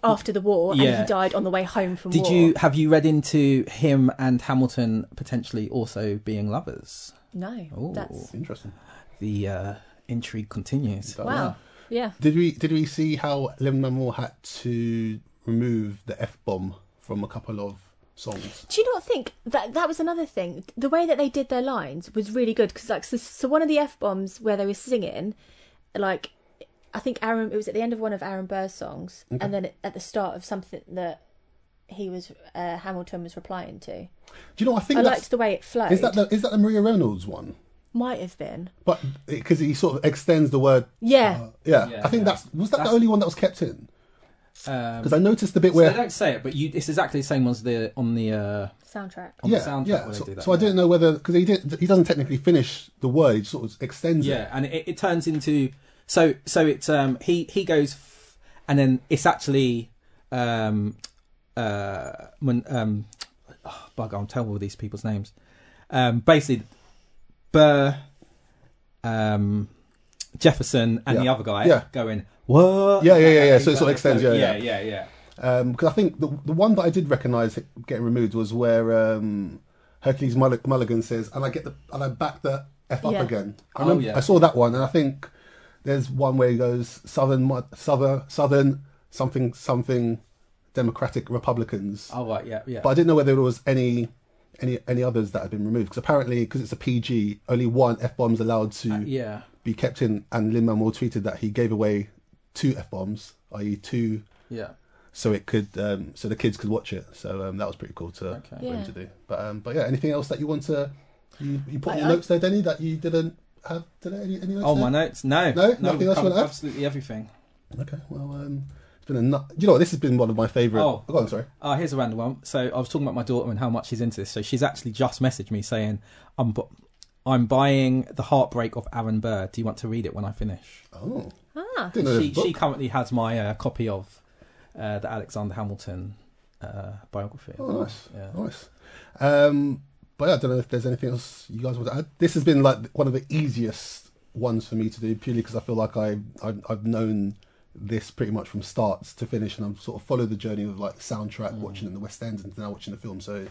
after the war, and Yeah. he died on the way home from Did war. you have you read into him and Hamilton potentially also being lovers? No, that's Interesting. The uh, intrigue continues. wow. Yeah. Did we did we see how Lin Manuel had to remove the f bomb from a couple of songs? Do you not think that that was another thing? The way that they did their lines was really good because, like, so, so one of the f bombs where they were singing, like, I think Aaron, it was at the end of one of Aaron Burr's songs, and then at the start of something that he was uh, Hamilton was replying to. Do you know? I think I that's, liked the way it flowed. is that the, is that the Maria Reynolds one? Might have been. But because he sort of extends the word, uh, Yeah. yeah. Yeah, I think yeah. that's was that That's- the only one that was kept in Um, because I noticed the bit they where don't say it, but you, it's exactly the same as the on the uh, Ah. soundtrack. on yeah, the soundtrack yeah. where So, they do that. so I yeah. didn't know whether because he did he doesn't technically finish the word, he sort of extends it. Yeah, and it, it turns into so so it's um he he goes f- and then it's actually um uh when um oh, bug I'm terrible with these people's names um basically Burr um Jefferson and Yeah. the other guy Yeah. going what Yeah, yeah, yeah, yeah. And So it sort of goes, extends, yeah, yeah. yeah yeah yeah Um, because I think the, the one that I did recognise it getting removed was where um, Hercules Mull- Mulligan says, "And I get the and I back the f up Yeah. again." I, Oh, remember, yeah. I saw that one, and I think there's one where he goes southern, Mo- southern, southern, something, something, Democratic Republicans. Oh right, yeah, yeah. But I didn't know whether there was any any any others that had been removed because apparently because it's a PG, only one f bomb's allowed to Uh, yeah. be kept in. And Lin Manuel tweeted that he gave away two f bombs, i.e., two Yeah. so it could um, so the kids could watch it. So um, that was pretty cool to for him Yeah. to do. But um, but yeah, anything else that you want to you, you put in I- your I- notes there, Denny, that you didn't have today? Any, any notes Oh there? my notes. No. No? Nothing we've else you covered wanna add? Absolutely everything. Okay, well um, it's been a nut. You know what? This has been one of my favorite. Oh. go on, sorry. Oh, here's a random one. So I was talking about my daughter and how much she's into this. So she's actually just messaged me saying, "I'm bu- I'm buying the Heartbreak of Aaron Burr. Do you want to read it when I finish?" Oh, Ah, didn't know she this book. she currently has my uh, copy of uh, the Alexander Hamilton uh, biography. Oh, nice, Yeah. nice. Um, but yeah, I don't know if there's anything else you guys want to add. This has been like one of the easiest ones for me to do purely because I feel like I, I I've known this pretty much from start to finish, and I've sort of followed the journey of like soundtrack, watching it in the West End, and now watching the film. So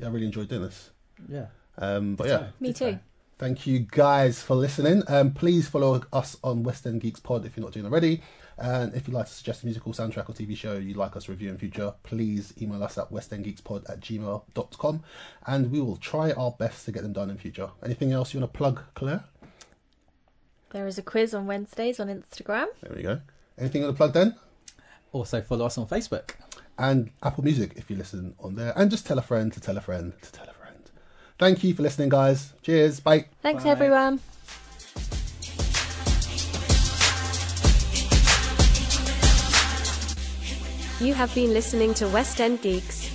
yeah, I really enjoyed doing this. Yeah. Um, but yeah, me too. Thank you guys for listening. Um, please follow us on West End Geeks Pod if you're not doing already. And if you'd like to suggest a musical soundtrack or TV show you'd like us to review in future, please email us at westendgeekspod at gmail.com and we will try our best to get them done in future. Anything else you want to plug, Claire? There is a quiz on Wednesdays on Instagram. There we go. Anything you want to plug then? Also follow us on Facebook. And Apple Music if you listen on there. And just tell a friend to tell a friend to tell a friend. Thank you for listening, guys. Cheers. Bye. Thanks, Bye. everyone. You have been listening to West End Geeks.